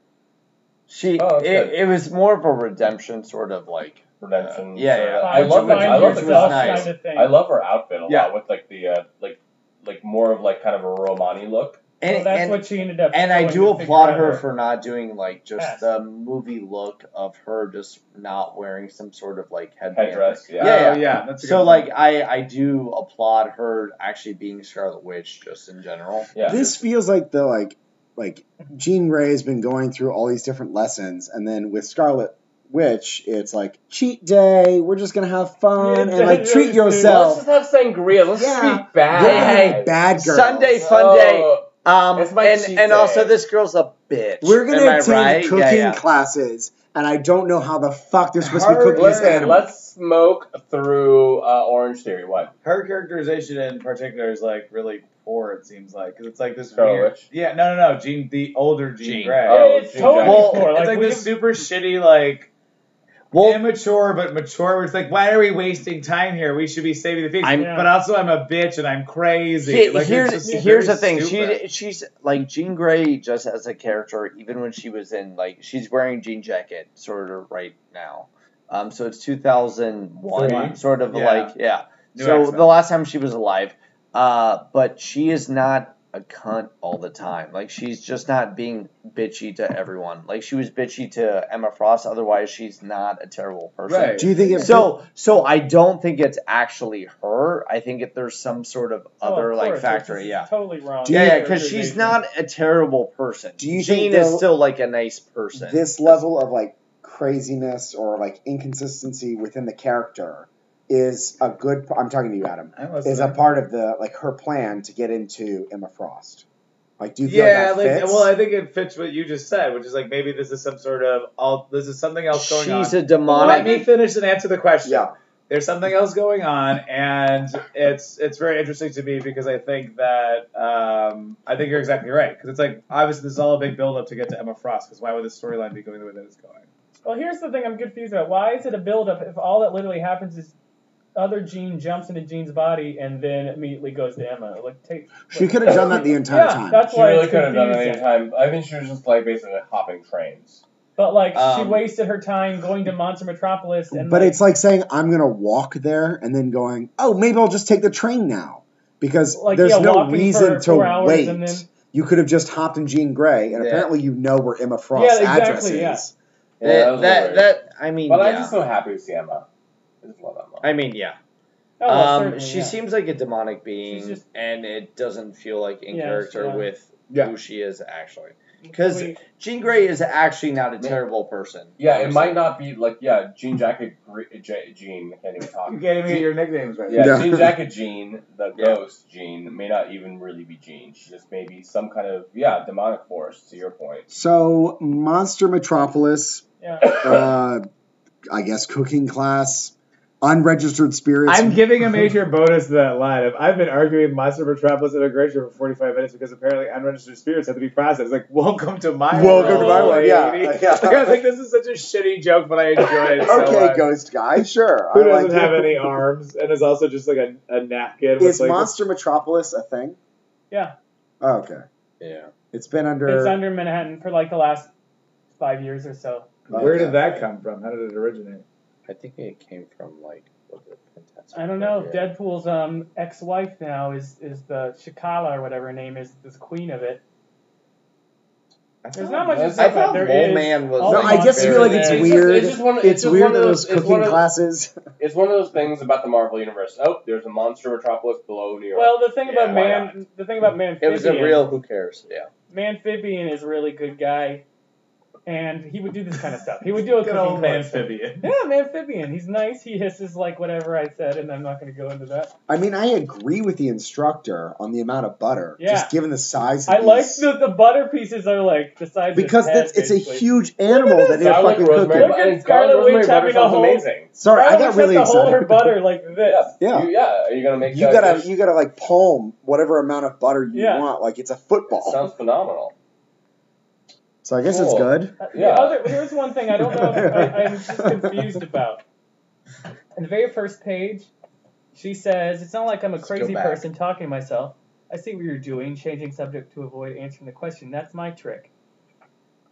S3: She.
S1: Oh, that's
S3: it,
S1: good.
S3: it was more of a redemption sort of like.
S1: redemption.
S3: Yeah,
S1: sort of-
S3: yeah.
S1: I love
S5: Find
S1: the
S3: it.
S1: I love the
S3: It was
S5: yourself
S3: nice.
S5: kind of thing.
S1: I love her outfit a
S2: Yeah.
S1: lot with like the uh, like like more of like kind of a Romani look.
S5: Well,
S3: And
S5: that's
S3: and,
S5: what she ended up.
S3: and I do
S5: doing to figure
S3: applaud
S5: out
S3: her for not doing like just
S5: Yes.
S3: the movie look of her just not wearing some sort of like headband.
S1: Headdress, yeah.
S3: Yeah,
S2: Oh, yeah. That's a
S3: So
S2: good
S3: like I I do applaud her actually being Scarlet Witch just in general.
S1: Yeah.
S4: This feels like the like like Jean Grey has been going through all these different lessons, and then with Scarlet Witch, it's like cheat day. We're just gonna have fun
S5: Yeah,
S4: and like
S5: yeah,
S3: <laughs>
S4: treat
S5: yeah,
S4: yourself.
S1: have sangria.
S4: Let's just be Yeah.
S1: bad.
S4: We're gonna
S3: Hey,
S4: be bad girls.
S3: Sunday fun day. Um,
S1: It's my
S3: and,
S1: cheat
S3: and
S1: day.
S3: also this girl's a bitch.
S4: We're
S3: Am I
S4: gonna take
S3: right?
S4: cooking
S3: Yeah, yeah.
S4: classes, and I don't know how the fuck they're supposed to be
S2: Hard
S4: cooking this
S2: learning.
S4: animal.
S1: Let's smoke through uh, Orange Theory. What?
S2: her characterization in particular is like really poor. It seems like 'Cause it's like this
S1: Scarlet
S2: weird.
S1: Witch?
S2: Yeah, no, no, no. Jean, the older Jean,
S3: Jean.
S2: Grey.
S1: Oh,
S5: it's totally
S3: Well,
S5: poor.
S2: it's
S5: Like,
S2: like
S5: we
S2: this
S5: can-
S2: super shitty, like
S3: Well,
S2: immature but mature. Where it's like, why are we wasting time here? We should be saving the Phoenix.
S3: I'm-
S2: but also, I'm a bitch and I'm crazy.
S3: He-
S2: like, it's
S3: here's
S2: just very
S3: here's the thing.
S2: stupid.
S3: She she's like Jean Grey just as a character, even when she was in like she's wearing jean jacket sort of right now. Um, so it's two thousand
S1: Three.
S3: one, sort of
S2: Yeah.
S3: like yeah.
S2: New
S3: so
S2: X-Men.
S3: the last time she was alive, uh, but she is not a cunt all the time. Like she's just not being bitchy to everyone. Like she was bitchy to Emma Frost. Otherwise, she's not a terrible person.
S2: Right.
S4: Do you think it
S3: So, so I don't think it's actually her. I think if there's some sort of
S5: Oh,
S3: other
S5: of
S3: like
S5: course,
S3: factor,
S5: this is
S3: yeah.
S5: Totally wrong.
S4: Do you-
S3: Yeah, yeah, because she's not a terrible person.
S4: Do you
S3: Jean
S4: think
S3: is
S4: they'll-
S3: still like a nice person.
S4: this level of like craziness or like inconsistency within the character is a good? I'm talking to you, Adam.
S2: I'm listening.
S4: Is a part of the like her plan to get into Emma Frost. Like, do you feel
S2: Yeah,
S4: that
S2: like,
S4: fits?
S2: well, I think it fits what you just said, which is like maybe this is some sort of all. This is something else going on.
S3: she's a
S2: Let
S3: demonic.
S2: me finish and answer the question.
S4: yeah,
S2: there's something else going on, and it's it's very interesting to me because I think that um, I think you're exactly right because it's like obviously this is all a big build up to get to Emma Frost because why would this storyline be going the way that it's going?
S5: Well, here's the thing I'm confused about. Why is it a buildup if all that literally happens is other Jean jumps into Jean's body and then immediately goes to Emma? Like, take.
S4: she could have done that the entire
S5: yeah,
S4: time.
S5: that's
S1: She
S5: why
S1: really
S5: it's
S1: could have done it
S5: confusing.
S1: any time. I think she was just like basically hopping trains.
S5: But like, she
S3: Um,
S5: wasted her time going to Monster Metropolis, and
S4: But
S5: like,
S4: it's like saying I'm gonna walk there and then going, oh, maybe I'll just take the train now because
S5: Like,
S4: there's
S5: yeah,
S4: no
S5: walking
S4: reason
S5: for four
S4: to
S5: hours
S4: wait.
S5: and then-
S4: You could have just hopped in Jean Grey, and
S3: Yeah.
S4: apparently you know where Emma Frost's
S5: exactly,
S4: address
S5: yeah.
S4: is.
S1: Yeah,
S3: that,
S1: that was
S3: that,
S1: weird.
S3: that- I mean,
S1: But
S3: yeah.
S1: I'm just so happy to see Emma. I just love Emma.
S3: I mean, yeah.
S5: oh, well,
S3: um,
S5: certainly,
S3: she
S5: yeah.
S3: seems like a demonic being,
S5: She's just-
S3: and it doesn't feel like in
S5: Yeah,
S3: character
S5: yeah.
S3: with
S4: Yeah.
S3: who she is actually. Because
S5: We-
S3: Jean Grey is actually not a terrible person.
S1: Yeah, it might not be like yeah, Jean Jacket Gre- J- Jean I can't even talk.
S2: You can't even get your nicknames right.
S1: Yeah,
S4: Yeah.
S1: Jean Jacket Jean, the
S3: Yeah.
S1: ghost Jean, may not even really be Jean. She just may be some kind of yeah demonic force. To your point.
S4: So Monster Metropolis,
S5: yeah.
S4: uh, I guess cooking class. unregistered spirits.
S2: <laughs> I'm giving a major bonus to that line. If I've been arguing monster metropolis immigration for 45 minutes because apparently unregistered spirits have to be processed. Like, welcome to my
S4: Welcome to my
S2: world,
S4: world, yeah,
S2: lady.
S4: yeah.
S2: <laughs> Like, I was like, this is such a shitty joke, but I enjoy it. so
S4: <laughs> okay,
S2: much.
S4: ghost guy, sure.
S2: Who
S4: I like
S2: doesn't have
S4: it. <laughs>
S2: any arms and is also just like a, a napkin with
S4: Is
S2: like
S4: Monster Metropolis a thing?
S5: Yeah.
S4: Oh, okay.
S1: Yeah.
S4: It's been under.
S5: It's under Manhattan for like the last five years or so.
S2: Where did that come from? How did it originate?
S1: I think it came from like was it Fantastic
S5: I don't know.
S1: Four?
S5: Deadpool's um ex-wife now is is the Shakala or whatever her name is, is queen of it. There's not much.
S1: I
S5: to say
S1: thought
S5: about it.
S1: Mole
S5: there is.
S1: Man was-
S5: all
S4: no,
S5: the
S4: I just
S5: monsters
S4: feel like
S5: in
S4: it's
S5: there.
S1: just-
S4: weird.
S1: it's just one-
S4: it's
S1: it's just
S4: weird
S1: one of
S4: that
S1: those-
S4: those
S1: it's
S4: cooking
S1: one of-
S4: classes. <laughs>
S1: It's one of those things about the Marvel universe. Oh, there's a monster metropolis below New York.
S5: Well, the thing
S1: Yeah,
S5: about
S1: why
S5: man, the thing about man,
S1: it was a real who cares. Yeah.
S5: Manphibian is a really good guy, and he would do this kind of stuff. He would do a
S2: Good
S5: cooking
S2: old
S5: class.
S2: amphibian.
S5: Yeah, Manphibian. He's nice. He hisses like whatever I said, and I'm not going to go into that.
S4: I mean, I agree with the instructor on the amount of butter,
S5: Yeah.
S4: just given the size. Of
S5: I like
S4: these.
S5: the, the butter pieces are like the size
S4: because
S5: of his
S4: that's, it's a
S5: huge.
S4: huge animal
S5: this.
S4: that
S5: I
S4: they're
S1: like
S4: fucking
S1: rosemary,
S4: cooking.
S5: Look
S1: but-
S5: at
S1: and
S5: Scarlet
S1: rosemary
S5: Witch
S1: butter
S5: having
S1: sounds
S5: a whole-
S1: amazing.
S4: Sorry, I
S5: Probably
S4: got
S5: just
S4: really
S5: to hold her
S4: excited.
S5: butter like this.
S4: Yeah.
S1: You, yeah. Are you gonna make?
S4: <laughs> You
S1: that
S4: gotta
S1: dish?
S4: you gotta like palm whatever amount of butter you
S5: Yeah.
S4: want, like it's a
S1: That
S4: football.
S1: sounds phenomenal.
S4: so I guess it's
S1: cool.
S4: good.
S5: Uh, the
S1: Yeah.
S5: other- here's one thing I don't know. If I,
S1: <laughs>
S5: I'm just confused about. On the very first page, she says, "It's not like I'm a
S1: Let's go
S5: crazy
S1: back.
S5: person talking to myself. I see what you're doing, changing subject to avoid answering the question. That's my trick."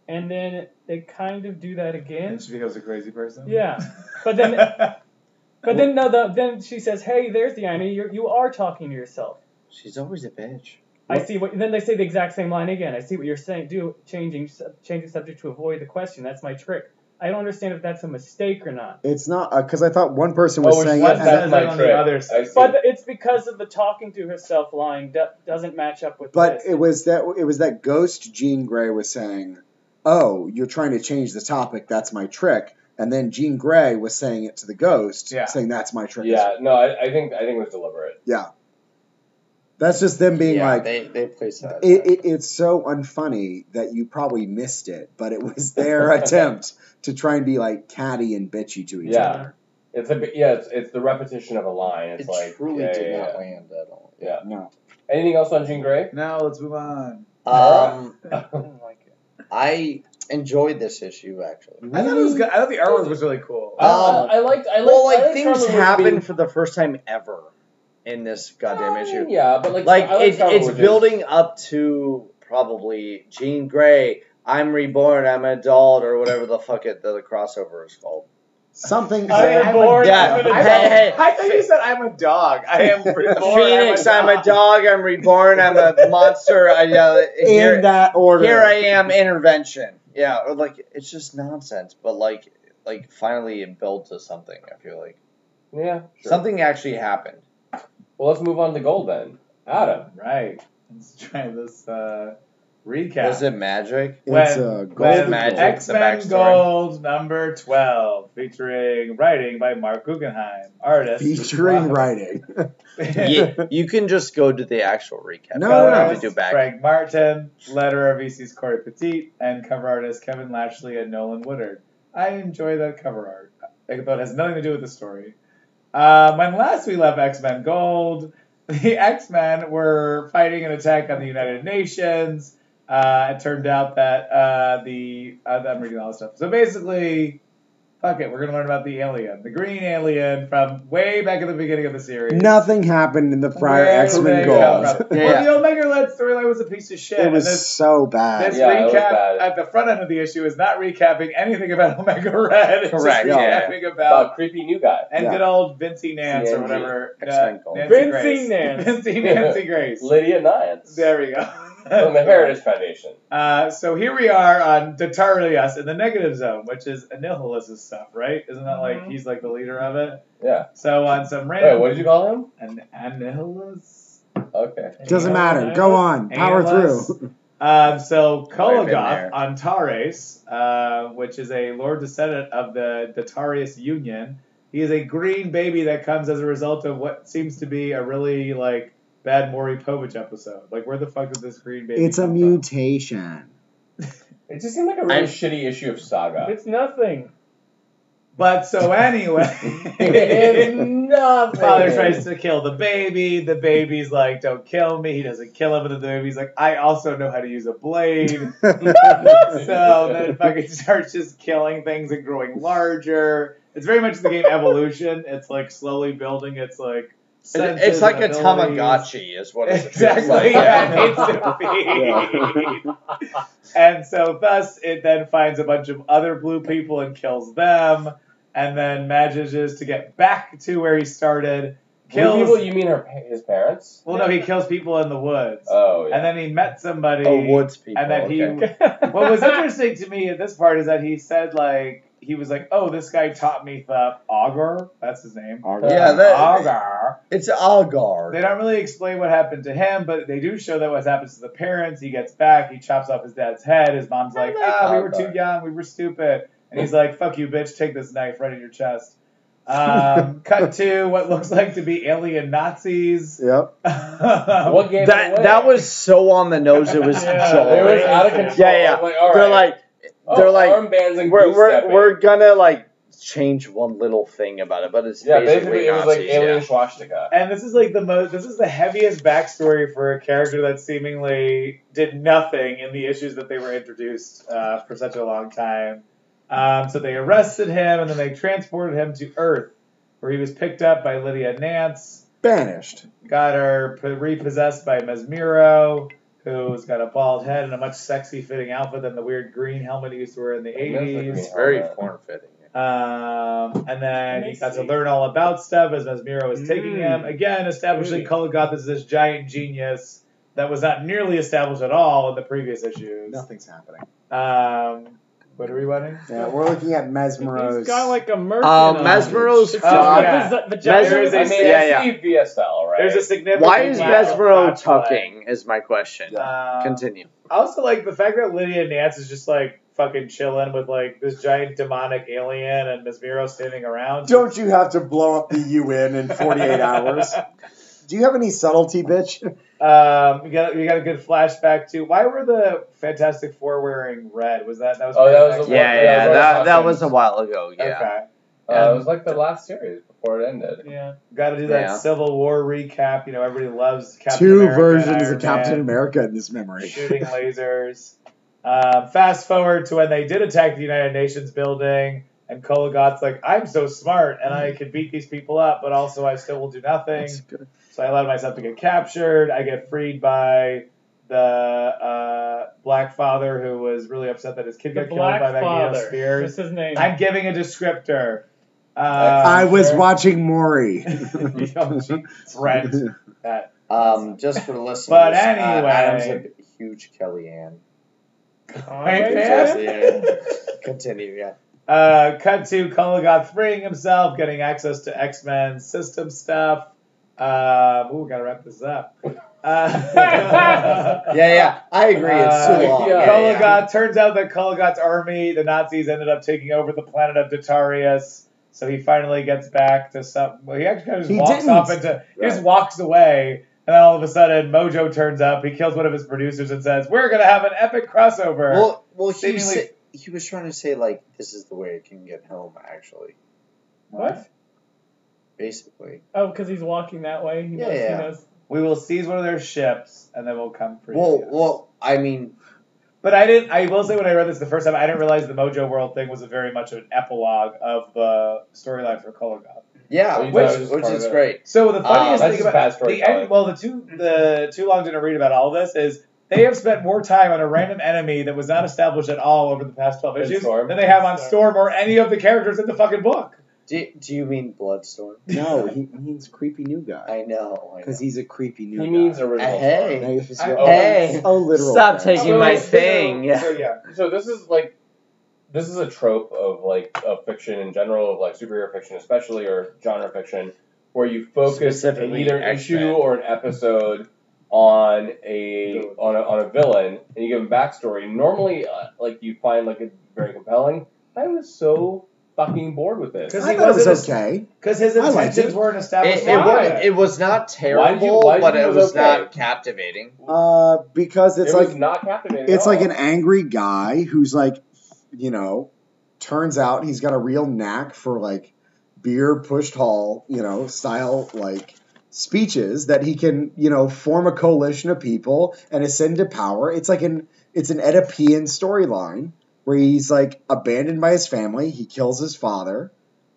S5: And then they kind of do that again.
S2: And she becomes a crazy person.
S5: Yeah. But then-
S1: <laughs>
S5: But then no, the, then she says, "Hey, there's the irony. You're, you are talking to yourself."
S1: She's always a bitch.
S5: I see what. Then they say the exact same line again. I see what you're saying. Do changing sub- changing subject to avoid the question. That's my trick. I don't understand if that's a mistake or not.
S4: It's not because I thought one person was
S1: Oh,
S4: saying it.
S1: what's
S4: And
S1: that?
S4: then,
S2: that's
S1: my
S2: on the
S1: trick.
S2: other
S1: I
S2: side.
S1: see.
S5: But it's because of the talking to herself line do- doesn't match up with.
S4: but
S5: this.
S4: it was that it was that ghost Jean Grey was saying, "Oh, you're trying to change the topic. That's my trick." And then Jean Grey was saying it to the ghost,
S2: Yeah.
S4: saying, "That's my trick."
S1: Yeah. No, I, I think I think it was deliberate.
S4: That's just them being
S1: yeah,
S4: like,
S1: they they placed that.
S4: it, it, it's so unfunny that you probably missed it, but it was their attempt to try and be like catty and bitchy to each
S1: Yeah.
S4: other.
S1: It's a bit- yeah. It's, it's the repetition of a line. It's
S6: It
S1: like
S6: truly
S1: yeah,
S6: did
S1: yeah,
S6: not
S1: yeah.
S6: land at all.
S4: No.
S1: Anything else on Jean
S2: <laughs>
S1: Grey?
S2: <laughs> Now let's move on.
S6: Um,
S5: I
S1: <laughs>
S5: don't like it.
S6: I enjoyed this issue actually.
S2: I thought it was good. I thought the artwork was really cool.
S1: I,
S5: Uh,
S6: Um,
S1: I, I liked. I liked.
S6: Well,
S1: I
S6: like
S1: liked
S6: things
S1: Scarlet Witch
S6: happen
S1: being-
S6: for the first time ever in this goddamn
S1: Uh,
S6: issue.
S1: Yeah, but like,
S6: Like
S1: I
S6: it,
S1: Scarlet
S6: it's
S1: Witch's-
S6: building up to probably Jean Grey. I'm reborn. I'm an adult, or whatever the fuck it the, the crossover is called.
S4: Something.
S5: I am bored.
S6: yeah.
S5: I'm an
S2: I,
S5: adult.
S6: Hey, hey.
S2: I thought <laughs> you said I'm a dog. I <laughs> am reborn.
S6: Phoenix. I'm a dog. I'm reborn. I'm
S3: <laughs>
S6: a monster. I uh,
S4: in
S6: here,
S4: that
S3: uh,
S4: order.
S6: here I am. Intervention. Yeah, or like it's just nonsense. But like, like finally it built to something. I feel like.
S1: Yeah. Sure.
S6: Something actually happened.
S1: Well, let's move on to gold then. Adam.
S2: Right. Let's try this uh, recap.
S6: Was it magic?
S4: It's
S2: When-
S4: a
S2: When
S4: golden
S6: Magic.
S4: goal.
S2: X Men
S6: backstory.
S2: Gold number 12, featuring writing by Mark Guggenheim, artist.
S4: featuring
S2: <laughs>
S4: writing. <laughs>
S6: you, you can just go to the actual recap.
S4: No,
S6: You don't
S4: no,
S6: have
S4: no.
S6: to do back.
S2: Frank Martin, letterer VC's Corey Petit, and cover artist Kevin Lashley and Nolan Woodard. I enjoy that cover art, though it has nothing to do with the story. Uh, when last we left X Men Gold, <laughs> the X Men were fighting an attack on the United Nations. Uh, it turned out that uh, the uh, I'm reading all this stuff. So basically, fuck it, we're gonna learn about the alien, the green alien from way back at the beginning of the series.
S4: Nothing happened in the prior
S2: Where
S4: X
S2: they
S4: Men
S2: come
S4: Gold. <laughs>
S2: from.
S6: Yeah,
S2: Well, the Omega Red storyline was a piece of shit.
S4: It
S2: and
S4: was
S2: this,
S4: so bad.
S2: this
S1: Yeah, it was
S2: recap
S1: bad.
S2: at the front end of the issue is not recapping anything about <laughs> Omega Red. It's
S6: Correct,
S2: Just
S6: yeah.
S2: recapping
S1: About
S2: about
S1: creepy new guy.
S2: and
S4: Yeah.
S2: good old Vincy Nance or
S1: CNG.
S2: whatever. Uh,
S6: X-Men Gold.
S2: Nancy
S4: E.
S5: Vincy
S2: Grace. <laughs>
S5: Nance.
S4: <laughs>
S2: Vincy Nancy Grace.
S1: Lydia Nyans.
S2: There we go.
S1: <laughs> From the Heritage Foundation.
S2: Uh, so here we are on Deterius in the negative zone, which is Annihilus' stuff, right? Isn't that like
S5: Mhm.
S2: he's like the leader of it?
S1: Mm-hmm. Yeah.
S2: So on some
S1: Wait,
S2: random
S1: what did you call him?
S2: an Annihilus.
S1: Okay.
S4: Doesn't matter.
S5: Analyze-
S4: Go on. Power
S2: analyze-
S4: through.
S2: Um, so
S6: Might have been
S2: Kologoth
S6: there.
S2: Antares, uh, which is a Lord Descendant of the Datarius Union, he is a green baby that comes as a result of what seems to be a really like bad Maury Povich episode. Like, where the fuck did this green
S4: <laughs>
S2: baby?
S4: It's a
S2: come
S4: mutation.
S1: It just seemed like a really
S6: I'm-
S2: <laughs>
S1: shitty issue of Saga. <laughs>
S5: It's nothing.
S2: <laughs> But so
S4: <laughs>
S2: anyway,
S6: Enough.
S2: <laughs> father tries to kill the baby. The baby's like, "Don't kill me." He doesn't kill him, and then the baby's like, "I also know how to use a blade."
S4: <laughs>
S2: so then fucking starts just killing things and growing larger. It's very much the game evolution. It's like slowly building. It's like
S6: It's,
S2: senses
S6: like
S2: and
S6: a
S2: abilities.
S6: <laughs> Tamagotchi, is what it's
S2: Exactly.
S6: Like.
S2: yeah,
S6: <laughs>
S2: it needs to be. and so, thus, it then finds a bunch of other blue people and kills them, and then manages to get back to where he started.
S1: Blue people,
S2: Kills.
S1: you mean her, pa- his parents?
S2: Well, no, he kills people in the woods,
S1: Oh, yeah.
S2: and then he met somebody.
S6: Oh, woods people.
S2: and then he.
S6: okay.
S2: what
S5: <laughs>
S2: was interesting to me in this part is that he said like he was like, "Oh, this guy taught me the auger. That's his name.
S6: Yeah, that-
S2: auger."
S6: It's Algar.
S2: They don't really explain what happened to him, but they do show that what happens to the parents. He gets back, he chops off his dad's head. His mom's
S6: I
S2: like,
S6: like
S2: ah, we
S6: Hot
S2: were too
S6: Dog.
S2: young, we were stupid. And he's like, fuck you, bitch, take this knife right in your chest.
S6: <laughs>
S2: Um, cut to what looks like to be alien Nazis. <laughs>
S4: Yep.
S2: um,
S1: what game?
S3: That that was so on the nose. It was
S2: <laughs> Yeah,
S1: It was
S3: jolly.
S1: out of control.
S3: Yeah, yeah.
S1: I'm Like, all
S3: They're
S1: right.
S3: like,
S1: Oh,
S3: they're like,
S1: armbands and
S3: we're
S1: goose
S3: we're,
S1: stepping.
S3: we're gonna like.
S6: Change one little thing about it, but it's
S1: yeah,
S6: basically,
S1: basically, it was like
S6: Nazis,
S1: alien
S6: yeah.
S1: swastika.
S2: And this is like the most, this is the heaviest backstory for a character that seemingly did nothing in the issues that they were introduced uh, for such a long time. Um, so they arrested him and then they transported him to Earth, where he was picked up by Lydia Nance,
S4: Banished.
S2: got her p- repossessed by Mesmero, who's got a bald head and a much sexy fitting outfit than the weird green helmet he used to wear in the
S1: I miss the green
S2: 80s.
S6: It's very
S1: helmet.
S6: form fitting.
S2: Um, and then he got to
S5: Missy.
S2: learn all about stuff as Mesmero is taking
S5: Mm.
S2: him. Again, establishing
S5: Mm.
S2: Kologoth as this giant genius that was not nearly established at all in the previous issues.
S4: Nothing's happening.
S2: Um, what are we running?
S4: Yeah, we're looking at Mesmeros.
S5: He's got like a merkin.
S3: Uh,
S5: on.
S3: Mesmero's
S5: It's just
S2: Oh,
S5: the
S2: yeah.
S5: vaza- vagina.
S3: Mesmero's-
S1: I
S2: There's
S1: mean,
S2: a-
S3: yeah,
S1: I
S3: yeah.
S1: see via style, right?
S2: There's a significant.
S3: Why is
S2: lack of
S3: Mesmero
S2: plot to it.
S3: tucking? Is my question.
S2: Um,
S3: Continue.
S2: I also like the fact that Lydia Nance is just like fucking chilling with like this giant demonic alien and Mesmero standing around.
S4: Don't you have to blow up the UN in 48
S2: <laughs>
S4: hours? Do you have any subtlety, bitch?
S2: Um, we got we got a good flashback to why were the Fantastic Four wearing red? Was that that was
S1: Oh,
S2: part
S1: that
S2: of
S1: was
S2: X-Men?
S1: the one- Yeah, yeah, that- that was a
S3: while ago.
S2: Okay,
S1: Uh, it
S2: Um,
S1: was like the last series before it ended.
S5: Yeah.
S2: got to do that
S3: Yeah.
S2: Civil War recap. You know, everybody loves Captain
S4: Two
S2: America,
S4: versions
S2: Iron
S4: of Captain
S2: Man,
S4: America in this memory.
S2: shooting lasers. Um, fast forward to when they did attack the United Nations building, and Kologoth's like, "I'm so smart, and
S1: Mm.
S2: I can beat these people up, but also I still will do nothing."
S3: That's good.
S2: So I allowed myself to get captured. I get freed by the uh, black father who was really upset that his kid
S5: The
S2: got killed by
S5: Black
S2: Magneto
S5: Father. What's
S2: Spears.
S5: his name?
S2: I'm giving a descriptor. Uh,
S4: I was
S2: <laughs>
S1: Sure.
S4: watching Maury.
S2: Brent.
S6: Um, just
S1: <laughs>
S6: for the listeners,
S2: But
S6: uh,
S2: anyway.
S6: Adam's a huge Kellyanne.
S5: Conway?
S2: man.
S6: Continue,
S1: <laughs>
S6: yeah.
S2: Uh, cut to Kologoth freeing himself, getting access to X Men system stuff. Um, ooh, gotta wrap this up.
S5: <laughs>
S2: Uh, <laughs>
S6: Yeah, yeah. I agree. It's
S2: Uh,
S6: too long.
S1: yeah.
S6: Yeah,
S2: Kologoth
S6: yeah.
S2: turns out that Kologoth's army, the Nazis, ended up taking over the planet of Datarius. So he finally gets back to some. Well, he actually kind of just
S4: He
S2: walks
S4: didn't.
S2: off into. He just walks away, and then all of a sudden, Mojo turns up. He kills one of his producers and says, "We're gonna have an epic crossover."
S6: Well, well, he was,
S2: Seemingly-
S6: sa- he was trying to say like this is the way it can get home. Actually,
S5: What?
S6: basically.
S5: Oh, because he's walking that way. He
S6: Yeah,
S5: knows,
S6: yeah.
S5: He knows.
S2: we will seize one of their ships, and then we'll come for
S6: Well,
S2: you.
S6: well, I mean,
S2: But I didn't. I will say when I read this the first time, I didn't realize the Mojo World thing was a very much an epilogue of the storyline for Kologoth.
S6: yeah,
S1: So you thought it
S6: which
S1: was
S6: which
S1: part of
S6: is
S1: it.
S6: great.
S2: So the
S1: that's
S2: funniest thing
S1: just
S2: about
S1: fast
S2: the
S1: storytelling.
S2: en- well, the too the too long didn't read about all this is they have spent more time on a random enemy that was not established at all over the past twelve
S1: Than
S2: issues
S1: Storm.
S2: than they have on
S5: Storm.
S2: Storm or any of the characters in the fucking book.
S6: Do, do you mean Bloodstorm?
S4: No, he means creepy new
S3: Oh,
S4: guy.
S6: <laughs> I know. I
S4: Because
S6: know.
S4: he's a creepy new
S1: He
S4: guy.
S1: means original.
S6: Hey.
S4: No, it's just-
S2: I-
S4: oh,
S6: Hey.
S4: oh, literal.
S3: Stop
S4: thing.
S3: taking
S1: Oh,
S3: my
S1: no.
S3: thing.
S2: So yeah,
S1: so this is like this is a trope of like of fiction in general of like superhero fiction especially or genre fiction where you focus in
S6: Specifically
S1: either an
S6: X-Men.
S1: issue or an episode on a
S2: Villain.
S1: on a, on a villain and you give them backstory normally uh, like you find like it's very compelling i was so fucking bored with this
S2: 'Cause
S4: I
S2: he
S4: thought it was
S2: wasn't as-
S4: okay.
S2: because his
S4: I liked
S2: intentions
S4: it.
S2: weren't established.
S6: It, it,
S2: why.
S6: was, it was not terrible,
S1: Why'd you- why'd
S6: but
S1: you
S6: it
S1: was
S6: was
S1: okay?
S6: not captivating.
S4: Uh, because it's
S1: it
S4: like
S1: was not captivating at
S4: it's like
S1: all.
S4: an angry guy who's like, you know, Turns out he's got a real knack for like beer pushed hall, you know, style like speeches that he can, you know, form a coalition of people and ascend to power. It's like an it's an Oedipean storyline where he's like abandoned by his family. He kills his father.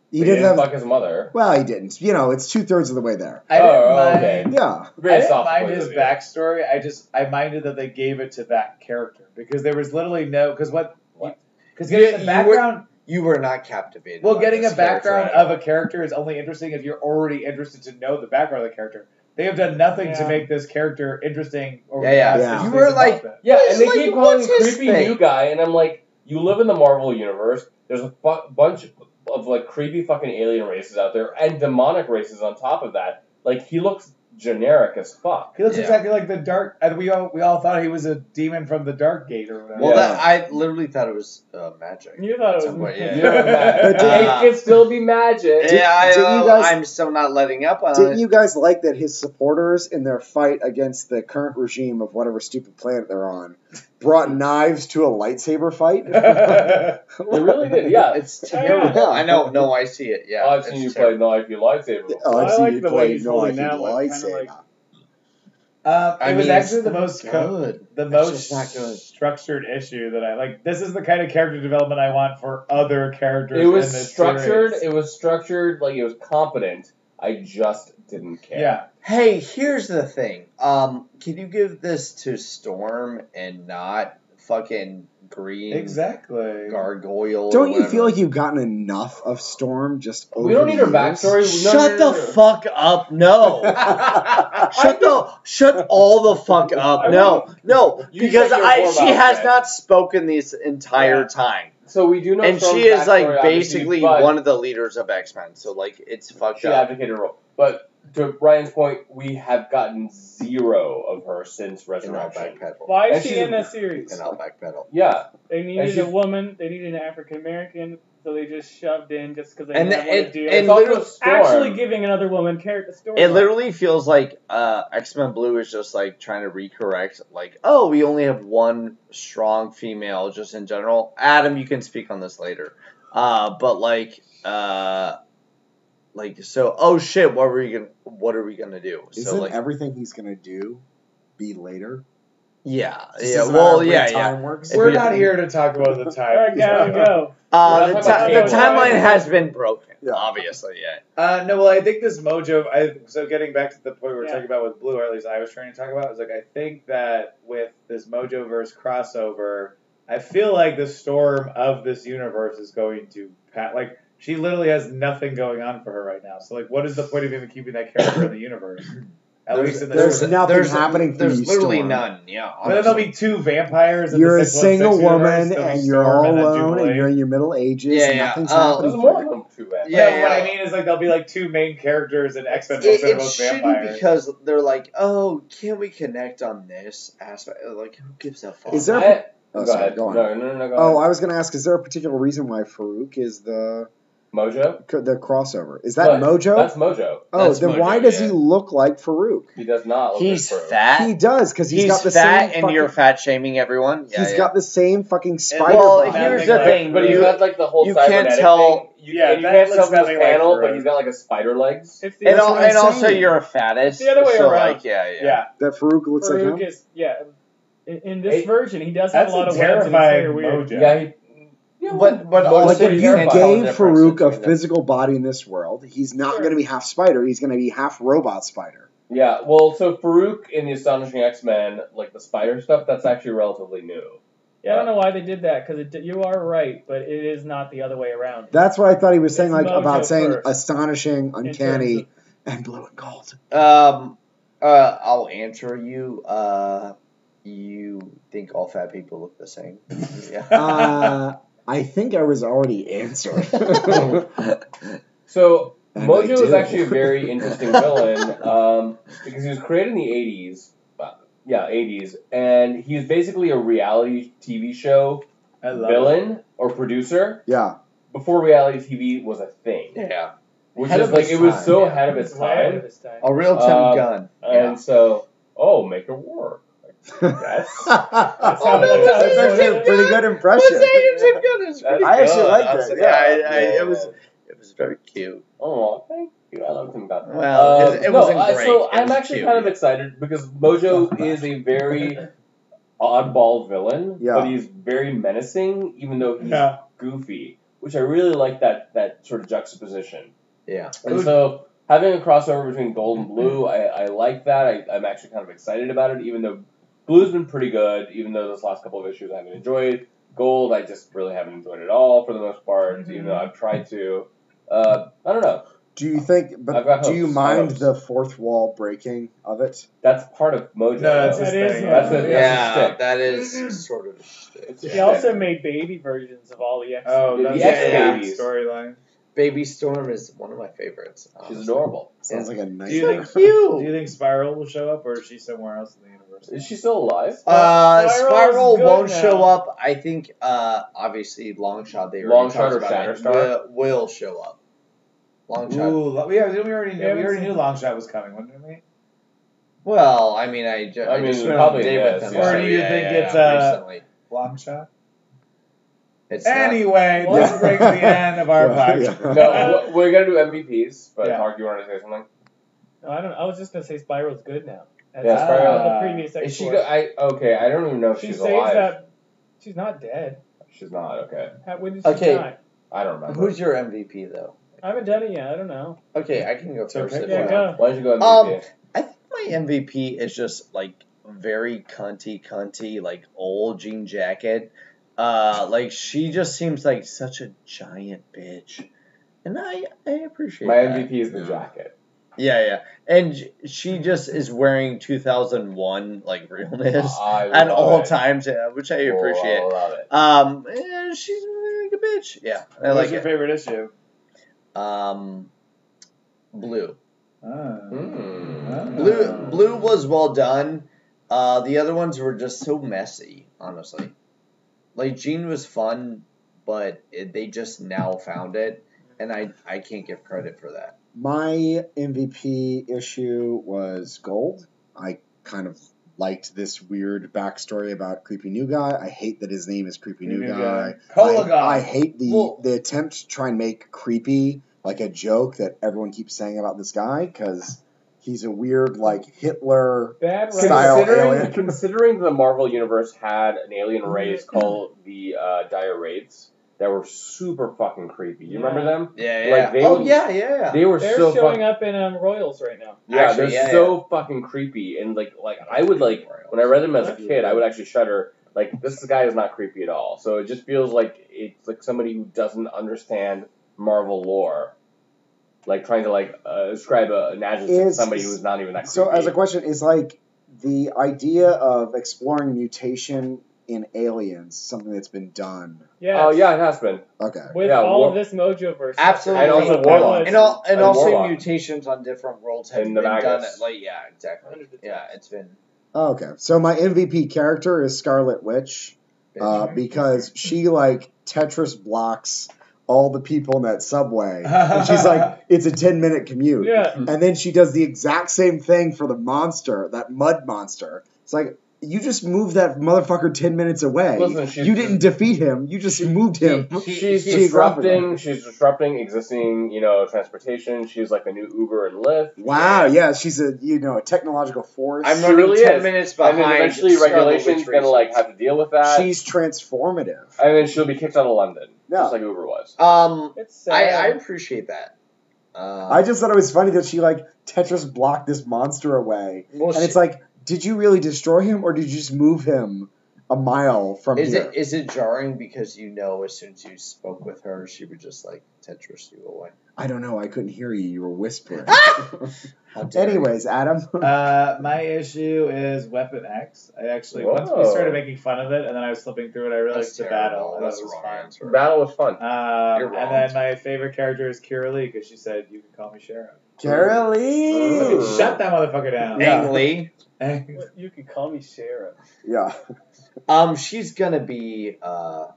S4: He
S1: But
S4: didn't have
S1: fuck his mother.
S4: well, he didn't. You know, it's two thirds of the way there.
S2: I didn't
S1: Oh,
S2: mind,
S1: okay.
S4: Yeah.
S2: I
S1: Great
S2: didn't
S1: soft
S2: mind
S1: boy
S2: his
S1: movie.
S2: backstory. I just I minded that they gave it to that character because there was literally no because what
S1: What?
S2: because
S6: You-
S2: getting a
S6: you
S2: background
S6: You were not captivated.
S2: well
S6: by
S2: getting a
S6: this character
S2: background
S6: at all.
S2: of a character is only interesting if you're already interested to know the background of the character. They have done nothing to
S5: Yeah.
S2: make this character interesting. Over
S6: Yeah,
S2: the
S6: yeah.
S2: past
S4: Yeah.
S2: six
S6: You
S2: seasons
S6: were like-
S2: of it.
S1: Yeah,
S6: What's
S1: and they
S6: like-
S1: keep calling him
S6: what's his
S1: creepy
S6: thing?
S1: new guy, and I'm like, you live in the Marvel universe. There's a fu- bunch of like creepy fucking alien races out there, and demonic races on top of that. Like he looks generic as fuck.
S2: He looks
S6: Yeah.
S2: exactly like the dark, and we all we all thought he was a demon from the Dark Gate or whatever.
S6: Well,
S1: Yeah.
S6: that, I literally thought it was uh, magic.
S5: You thought it was
S6: Somewhat, yeah.
S1: You're a mag-
S4: But did-
S1: it can still be magic.
S4: Did-
S6: yeah, I,
S4: didn't
S6: uh,
S4: you guys-
S6: I'm still not letting up on
S4: Didn't
S6: it.
S4: you guys like that his supporters in their fight against the current regime of whatever stupid planet they're on brought knives to a lightsaber fight?
S2: <laughs>
S1: They really did. Yeah.
S6: It's
S5: Yeah.
S6: terrible. I know. No, I see it. Yeah,
S1: Oh, I've
S6: it's
S1: seen you
S6: terrible.
S1: play knife, you lightsaber.
S4: Oh,
S1: before.
S4: I
S5: I
S4: see
S5: like
S4: you
S5: the way
S4: play
S5: he's
S4: no, I
S5: holding
S4: see you
S5: that one, kinda
S4: lightsaber.
S5: like-
S2: Um, it
S6: I
S2: was
S6: mean,
S2: actually
S6: it's
S2: the
S6: not
S2: most co-
S6: good.
S2: the
S6: It's
S2: most
S6: just not good.
S2: structured issue that I like. This is the kind of character development I want for other characters.
S1: It was
S2: in this
S1: structured.
S2: series.
S1: It was structured. Like it was competent. I just didn't care.
S2: yeah,
S6: Hey, here's the thing. Um, can you give this to Storm and not fucking Green
S2: exactly.
S6: Gargoyle? or
S4: Don't you
S6: whatever?
S4: feel like you've gotten enough of Storm just over
S1: We don't
S4: the
S1: need her
S4: years?
S1: backstory. No,
S3: shut
S1: no, no,
S3: the
S1: no.
S3: fuck up. No.
S1: <laughs>
S3: shut the shut all the fuck up. No. No.
S1: You
S3: Because
S1: said you're
S3: I
S1: more
S3: she
S1: about
S3: has
S1: that.
S3: not spoken this entire time.
S1: So we do know.
S3: And
S1: Storm's
S3: she is
S1: backstory,
S3: like
S1: obviously,
S3: basically
S1: but
S3: one of the leaders of X-Men. So like it's fucked
S1: She
S3: up.
S1: advocated a role, but to Ryan's point, we have gotten zero of her since
S6: And I'll
S1: Resurrection.
S6: backpedal.
S5: Why
S1: And
S5: is she
S1: she's-
S5: in this series?
S6: And I'll backpedal.
S1: Yeah,
S5: They
S1: And
S5: needed
S1: she-
S5: a woman. They needed an African American, so they just shoved in just because they
S3: And
S5: didn't
S3: the-
S5: want
S3: and-
S5: to do.
S3: and
S5: It's also
S1: literally-
S5: actually
S1: Storm-
S5: giving another woman character story.
S3: It literally feels like uh, X-Men Blue is just like trying to recorrect like
S6: Oh, we only have one strong female just in general. Adam, you can speak on this later. Uh, but like, uh, like so. Oh shit! What were you gonna? What are we gonna do?
S4: Isn't
S6: so like,
S4: everything he's gonna do be later?
S6: yeah,
S4: This
S6: yeah.
S4: isn't
S6: Well,
S4: how
S6: yeah,
S4: time
S6: yeah.
S4: Works?
S2: <laughs> We're
S6: Yeah.
S2: <laughs> not here to talk about the time.
S5: All right, gotta go.
S6: Uh,
S1: We're
S6: the,
S1: not
S6: ti-
S1: talking
S6: the
S1: about
S6: timeline
S1: Halo.
S6: has been broken.
S4: Yeah.
S6: Obviously, yeah.
S2: Uh, no, well, I think this mojo. I, so getting back to the point we were
S5: Yeah.
S2: talking about with Blue, or at least I was trying to talk about, is like I think that with this mojo verse crossover, I feel like the storm of this universe is going to pat. Like she literally has nothing going on for her right now. So like, what is the point of even keeping that character in
S4: <coughs>
S2: the universe? At
S6: There's-
S2: least in the
S4: There's
S2: universe.
S4: nothing happening for
S6: There's
S4: you,
S6: literally
S4: Storm.
S6: none. Yeah.
S2: But then there'll be two vampires. In
S4: You're
S2: the
S4: a
S2: 616
S4: single
S2: universe,
S4: woman
S2: there'll be
S4: and you're
S2: Storm
S4: all
S2: and then
S4: alone
S2: Jubilee.
S4: and you're in your middle ages
S6: Yeah,
S4: and
S6: yeah.
S4: nothing's
S6: Uh,
S1: there's
S4: happening. Oh,
S1: more
S4: for
S1: of
S4: you.
S1: them too bad.
S6: Yeah,
S2: no,
S6: yeah.
S2: what I mean is like there'll be like two main characters in X Men
S6: It,
S2: books that are
S6: it
S2: both
S6: shouldn't
S2: vampires.
S6: because they're like, oh, can we connect on this aspect? Like, who gives a fuck?
S4: Is there-
S1: I-
S4: Oh,
S1: go
S4: sorry,
S1: ahead.
S4: go on.
S1: No, no, no, no, go
S4: Oh,
S1: ahead.
S4: I was gonna ask: Is there a particular reason why Farouk is the
S1: Mojo.
S4: the crossover? Is that
S1: Look,
S4: Mojo?
S1: That's Mojo.
S4: Oh,
S6: that's
S4: then
S6: Mojo,
S4: why does
S6: yeah.
S4: he look like Farouk?
S1: He does not. Look
S3: he's
S1: good for-
S3: fat.
S4: He does because
S3: he's
S4: he's got the
S3: fat
S4: same.
S3: and you're
S4: fucking,
S3: fat shaming everyone.
S4: he's
S3: Yeah, yeah.
S4: got the same fucking spider.
S3: well,
S4: body.
S2: Batman
S3: here's the
S2: like-
S3: thing,
S1: But he's
S3: you,
S1: got like the whole
S3: you can't
S1: cybernetic
S3: tell-
S1: Thing. You,
S2: Yeah,
S1: and you
S2: that
S1: can't
S2: looks
S1: tell from
S2: nothing
S1: his
S2: like
S1: panel,
S2: Farouk.
S1: but he's got like a spider legs.
S5: It's the
S3: and,
S4: That's
S3: al-
S4: what I'm
S3: and also
S4: saying.
S3: you're a fattest.
S5: The other way
S3: so
S5: around.
S3: like, yeah, yeah.
S2: yeah.
S4: that Farouk looks
S5: Farouk
S4: like him.
S5: is yeah. In, in this
S1: It-
S5: version, he does have
S2: That's
S5: a lot
S2: a
S5: of webs and it's very
S2: terrifying
S5: weird.
S2: mojo.
S1: Yeah. he, yeah
S6: But- but
S1: Mojo's
S6: also
S4: Like
S1: pretty terrifying.
S4: if you
S6: terrifying.
S4: gave
S1: Tell the difference
S4: Farouk a
S1: between them.
S4: physical body in this world, he's not
S5: Sure.
S4: going to be half spider. He's going to be half robot spider.
S1: Yeah, well, so Farouk in the Astonishing X Men, like the spider stuff, that's actually relatively new.
S5: I don't know why they did that because you are right, but it is not the other way around.
S4: That's what I thought he was saying,
S5: It's
S4: like
S5: Mojo
S4: about saying
S5: first.
S4: astonishing,
S5: In terms
S4: uncanny,
S5: of-
S4: and blue and gold.
S6: Um, uh, I'll answer you. Uh, you think all fat people look the same?
S2: <laughs>
S6: Yeah.
S4: Uh, I think I was already answered. <laughs>
S1: So
S4: And I
S1: Mojo is
S4: do.
S1: actually
S6: <laughs>
S1: a very interesting
S4: <laughs>
S1: villain um, because he was created in the '80s. uh, Yeah, '80s, and he was basically a reality TV show
S2: I love it. <laughs>
S1: villain or producer
S4: yeah,
S1: before reality TV was a thing,
S6: Yeah.
S1: which
S6: Ahead
S1: is
S6: of
S1: like
S6: its
S1: it was
S6: time,
S1: so
S6: yeah.
S1: ahead of
S5: It's
S1: its
S5: way ahead
S1: time,
S3: Um,
S5: of its time.
S6: A real Tim
S1: Um,
S6: Gunn.
S1: and so oh, make a war. Like, <laughs>
S5: Yes. That's
S4: Oh,
S5: how-
S4: no,
S5: that's
S4: <laughs>
S5: how
S4: that's
S5: it
S4: actually a
S5: goes.
S4: pretty good impression. I actually like that,
S3: I, I, it was it was very cute.
S1: Oh, thank you. I loved him about that.
S3: Well,
S1: Uh,
S3: it, it
S1: no,
S3: wasn't
S1: I-
S3: great.
S1: so
S3: It
S1: I'm
S3: was
S1: actually
S3: cute.
S1: kind of excited because
S3: <laughs>
S1: Mojo is a very oddball villain,
S4: Yeah.
S1: but he's very menacing, even though he's
S5: Yeah.
S1: goofy, which I really like that that sort of juxtaposition.
S3: Yeah.
S1: And so having a crossover between Gold and Blue, I, I like that. I, I'm actually kind of excited about it, even though Blue's been pretty good, even though those last couple of issues I haven't enjoyed. Gold, I just really haven't enjoyed at all for the most part,
S3: Mm-hmm.
S1: even though I've tried to. Uh, I don't know.
S4: Do you think? But
S1: I've got
S4: do you
S1: hopes. I
S4: mind
S1: have
S4: the fourth wall breaking of it?
S1: That's part of Mojo.
S2: No, that's
S1: though.
S2: his
S5: That is
S2: thing.
S5: what-
S1: That's it.
S3: Yeah,
S1: shtick.
S3: that is sort of. a shtick.
S1: It's a
S5: He also made baby versions of all the X.
S2: Oh, that's
S1: The
S2: yeah,
S1: X-Babies.
S2: storyline.
S3: Baby Storm is one of my favorites.
S1: She's
S3: honestly.
S1: adorable.
S4: Sounds like a
S2: Do you
S4: nightmare.
S2: think Do you
S3: Cute.
S2: think Spiral will show up, or is she somewhere else in the universe?
S1: Is she still alive?
S3: Uh, Spiral
S5: Spiral's good
S3: won't
S5: now.
S3: show up. I think, uh, obviously, Longshot. They already
S1: Longshot
S3: talked
S1: or
S3: about it.
S1: Shatterstar?
S3: Will, will show up. Longshot.
S2: Ooh, lo- yeah, we already knew.
S5: Yeah,
S2: we
S5: we
S2: already
S5: see.
S2: knew Longshot was coming, wouldn't we?
S3: Well, I mean, I, ju-
S1: I
S3: I,
S1: mean,
S3: just went
S1: probably
S3: on a date
S1: yes,
S3: with him.
S1: yeah.
S3: so
S1: Or do
S2: you
S3: yeah,
S2: think
S3: yeah,
S2: it's,
S3: yeah,
S2: uh,
S3: recently.
S2: Longshot.
S3: It's uh, not-
S2: Anyway,
S5: What?
S2: let's bring to the end of
S4: <laughs>
S2: our
S4: Yeah, yeah.
S2: podcast.
S1: No, we- we're gonna do MVPs. But
S2: Yeah.
S1: Mark, you wanted to say something?
S5: No, I don't. I was just gonna say Spiral's good now. As
S1: Yeah,
S5: I
S1: Spiral-
S5: saw The previous X
S1: Is she? Go- I okay. I don't even know if
S5: she
S1: she's
S5: saves
S1: alive.
S5: that. She's not dead.
S1: She's not okay.
S5: How, when did she
S3: Okay.
S5: die?
S1: I don't remember.
S3: Who's your MVP though?
S5: I haven't done it yet. I don't know.
S3: Okay, I can go first.
S2: okay.
S3: if
S5: Yeah,
S3: you
S5: go.
S3: want.
S1: Why don't you go MVP?
S3: I think my MVP is just like very cunty, cunty, like old jean jacket. Uh, like she just seems like such a giant bitch, and I I appreciate
S1: My
S3: that.
S1: MVP is the
S4: Yeah.
S1: jacket.
S3: Yeah, yeah, and j- she just is wearing 2001 like realness
S2: <laughs>
S1: I
S3: at
S1: love
S3: all
S1: it.
S3: times, yeah, which I appreciate.
S1: Love it.
S3: Um, eh, she's like a bitch. Yeah, I
S2: What's
S3: like
S2: your
S3: it.
S2: favorite issue?
S3: Um, blue.
S2: Ah.
S1: Hmm.
S2: Hmm?
S1: Mm.
S3: Blue blue was well done. Uh, the other ones were just so messy, honestly. Like Gene was fun, but it, they just now found it, and I I can't give credit for that.
S4: My MVP issue was Gold. I kind of liked this weird backstory about Creepy New Guy. I hate that his name is Creepy New, Guy.
S2: Kologai.
S4: I, I hate the
S3: Well-
S4: the attempt to try and make creepy like a joke that everyone keeps saying about this guy because he's a weird like Hitler.
S5: Bad
S4: Style
S5: writer.
S1: Considering, <laughs>
S4: alien.
S1: considering the Marvel universe had an alien race called the uh, Diarrheids that were super fucking creepy. You remember
S5: Yeah.
S1: them?
S3: Yeah,
S1: Like,
S3: yeah.
S1: they
S3: oh
S1: would-
S3: yeah, yeah, yeah.
S1: They were
S5: They're
S1: so fucking
S5: showing up in um, Royals right now.
S1: Yeah,
S3: Actually,
S1: they're
S3: yeah,
S1: so fucking creepy, and like, like I would like when I read them as a kid, I would actually shudder. Like, this guy is not creepy at all. So it just feels like it's like somebody who doesn't understand Marvel lore, like trying to like uh, ascribe a, an adjective to
S4: Is-
S1: somebody who's not even that creepy.
S4: So as a question is like the idea of exploring mutation in aliens, something that's been done.
S5: Yeah.
S1: oh yeah, it has been.
S4: Okay.
S5: With
S1: yeah,
S5: all
S1: War-
S5: of this Mojo verse.
S3: Absolutely.
S1: And also
S5: That
S1: Warlock.
S5: was-
S3: And all and
S1: And
S3: also
S1: Warlock.
S3: mutations on different worlds have
S1: And
S3: been
S1: the
S3: done.
S1: Magus.
S3: At, like yeah, exactly. Yeah, it's been.
S4: Oh, okay. So my MVP character is Scarlet Witch.
S3: been
S4: uh,
S2: <laughs>
S4: because she like Tetris blocks all the people in that subway. And she's like, it's a 10 minute commute.
S5: yeah.
S4: And then she does the exact same thing for the monster, that mud monster. It's like, you just moved that motherfucker 10 minutes away.
S1: Listen, she's-
S4: you didn't defeat him, you just moved him.
S1: she's
S4: he-
S1: disrupting. She's disrupting existing, you know, transportation. She's like the new Uber and Lyft.
S4: Wow, yeah, she's a you know a technological force.
S3: I'm
S1: She
S3: running
S1: really
S3: ten
S1: is.
S3: minutes
S1: And
S3: behind.
S1: then eventually,
S3: Scarlet
S1: regulation's
S3: Witch
S1: gonna like
S3: reasons.
S1: have to deal with that,
S4: she's transformative.
S1: and then she'll be kicked out of London,
S4: Yeah.
S1: just like Uber was.
S3: Um,
S5: It's
S3: I
S5: sad.
S3: I appreciate that. Uh,
S4: I just thought it was funny that she like Tetris blocked this monster away.
S3: well,
S4: and
S3: she-
S4: it's like, did you really destroy him, or did you just move him a mile from
S3: Is
S4: here?
S3: it is it jarring because you know as soon as you spoke with her, she would just like Tetris you away.
S4: I don't know. I couldn't hear you. You
S3: <laughs>
S4: were whispering.
S3: How dare you.
S4: Anyways, Adam.
S2: Uh, my issue is Weapon X. I actually once we
S1: Whoa.
S2: started making fun of it, and then I was flipping through it. I realized
S3: that's
S2: the
S3: terrible.
S2: battle. and
S3: That's
S2: that
S3: the
S2: was
S3: wrong
S2: fine.
S3: answer.
S1: Battle was fun.
S2: Um,
S3: You're
S2: and then my favorite character is Kira Lee because she said, "You can call me Sheriff."
S4: Kara
S1: Ooh.
S3: Oh.
S4: Lee.
S1: Ooh.
S2: Shut that motherfucker down.
S4: Yeah.
S3: Ang Lee,
S5: You could call me Sheriff.
S4: Yeah.
S3: um, she's gonna be uh,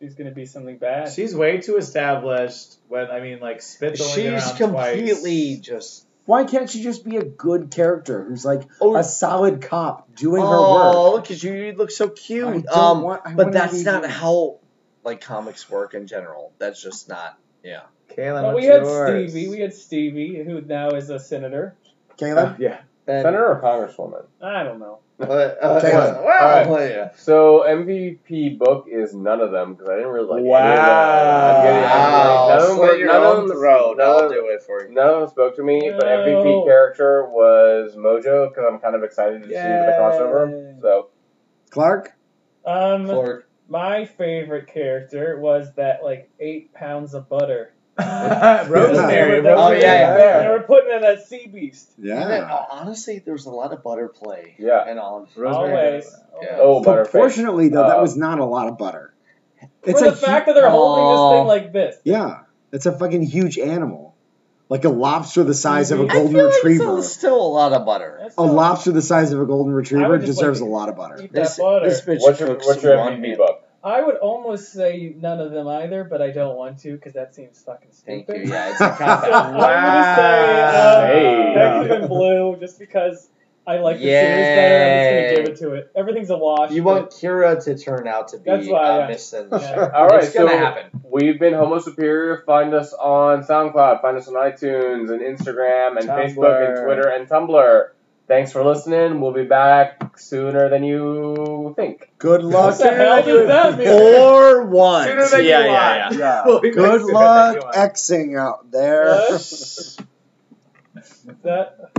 S5: She's gonna be
S2: <laughs>
S5: something bad.
S2: She's way too established. When I mean, like spit.
S3: she's completely just
S4: Why can't she just be a good character who's like
S3: Oh,
S4: a solid cop doing
S3: oh,
S4: her work?
S3: look at you! You look so
S4: I
S3: cute.
S4: don't
S3: Um,
S4: want- I
S3: but
S4: wanna
S3: that's
S4: be
S3: not
S4: you.
S3: how like comics work in general. That's just not. Yeah.
S2: Kaylin,
S5: But
S2: what's
S5: we had
S2: yours?
S5: Stevie. We had Stevie, who now is a senator.
S4: Caleb.
S2: yeah.
S1: Senator or Congresswoman?
S5: I don't know.
S3: But, uh,
S4: Okay.
S3: well,
S1: All
S3: yeah.
S1: So MVP book is none of them because I didn't really like. any of
S2: Wow.
S1: that. I'm getting- I'm getting-
S3: Wow.
S1: none of them-
S3: Slit your
S1: none of
S3: own
S1: them-
S3: throat.
S1: none of
S3: I'll
S1: them-
S3: do it for you.
S1: None of them spoke to me, but
S5: No.
S1: MVP character was Mojo because I'm kind of excited to see the crossover. So
S4: Clark.
S5: Um,
S3: Clark.
S5: my favorite character was that like eight pounds of butter.
S2: <laughs> Rosemary.
S5: They were-
S3: Oh, yeah, yeah.
S5: They were putting in that sea beast.
S3: And then, uh, honestly, there was a lot of butter play.
S1: Yeah.
S3: And on.
S2: Rosemary.
S5: Always.
S3: Yeah.
S1: oh, Butterface.
S4: Proportionately, though, that
S1: Uh,
S4: was not a lot of butter. It's
S5: For
S4: a
S5: the
S4: hu-
S5: fact that they're holding this
S3: Oh.
S5: thing like this.
S4: yeah, it's a fucking huge animal, like a lobster the size of a
S5: Mhm. I
S3: I
S4: golden
S3: feel like it's
S4: retriever.
S3: still, still a lot of butter.
S5: That's
S4: a
S5: not-
S4: lobster the size of a golden retriever
S5: just
S4: deserves
S5: like-
S4: a lot of butter.
S5: Eat that
S3: This,
S5: butter.
S3: this bitch
S1: What's your,
S3: cooks
S1: what's your
S3: one
S1: MVP
S3: meal.
S1: book?
S5: I would almost say none of them either, but I don't want to because that seems fucking stupid.
S3: Thank
S5: <laughs>
S3: you. Yeah, it's a
S5: So
S1: <laughs>
S3: cop <laughs>
S5: I'm uh, gonna say
S2: Wow.
S5: uh,
S1: Hey.
S5: X-Men Blue just because I like the series better. I'm just gonna
S3: Yay.
S5: give it to it. Everything's a wash.
S3: You
S5: but
S3: want Kira to turn out to be
S5: That's why,
S3: uh,
S5: yeah.
S3: Miss Sin- <laughs>
S5: Yeah.
S1: All right,
S3: it's gonna
S1: so-
S3: happen.
S1: We've been Homo Superior. Find us on SoundCloud, find us on iTunes and Instagram and
S2: Tumblr.
S1: Facebook and Twitter and Tumblr. Thanks for listening. We'll be back sooner than you think.
S4: Good luck.
S5: What <laughs> the hell does that mean?
S4: Oh.
S7: Or once.
S2: Sooner than you
S7: yeah,
S2: lie. <laughs>
S7: yeah, yeah.
S4: Yeah.
S2: We
S4: Good
S2: mixed it up.
S4: luck Xing out there.
S5: What? That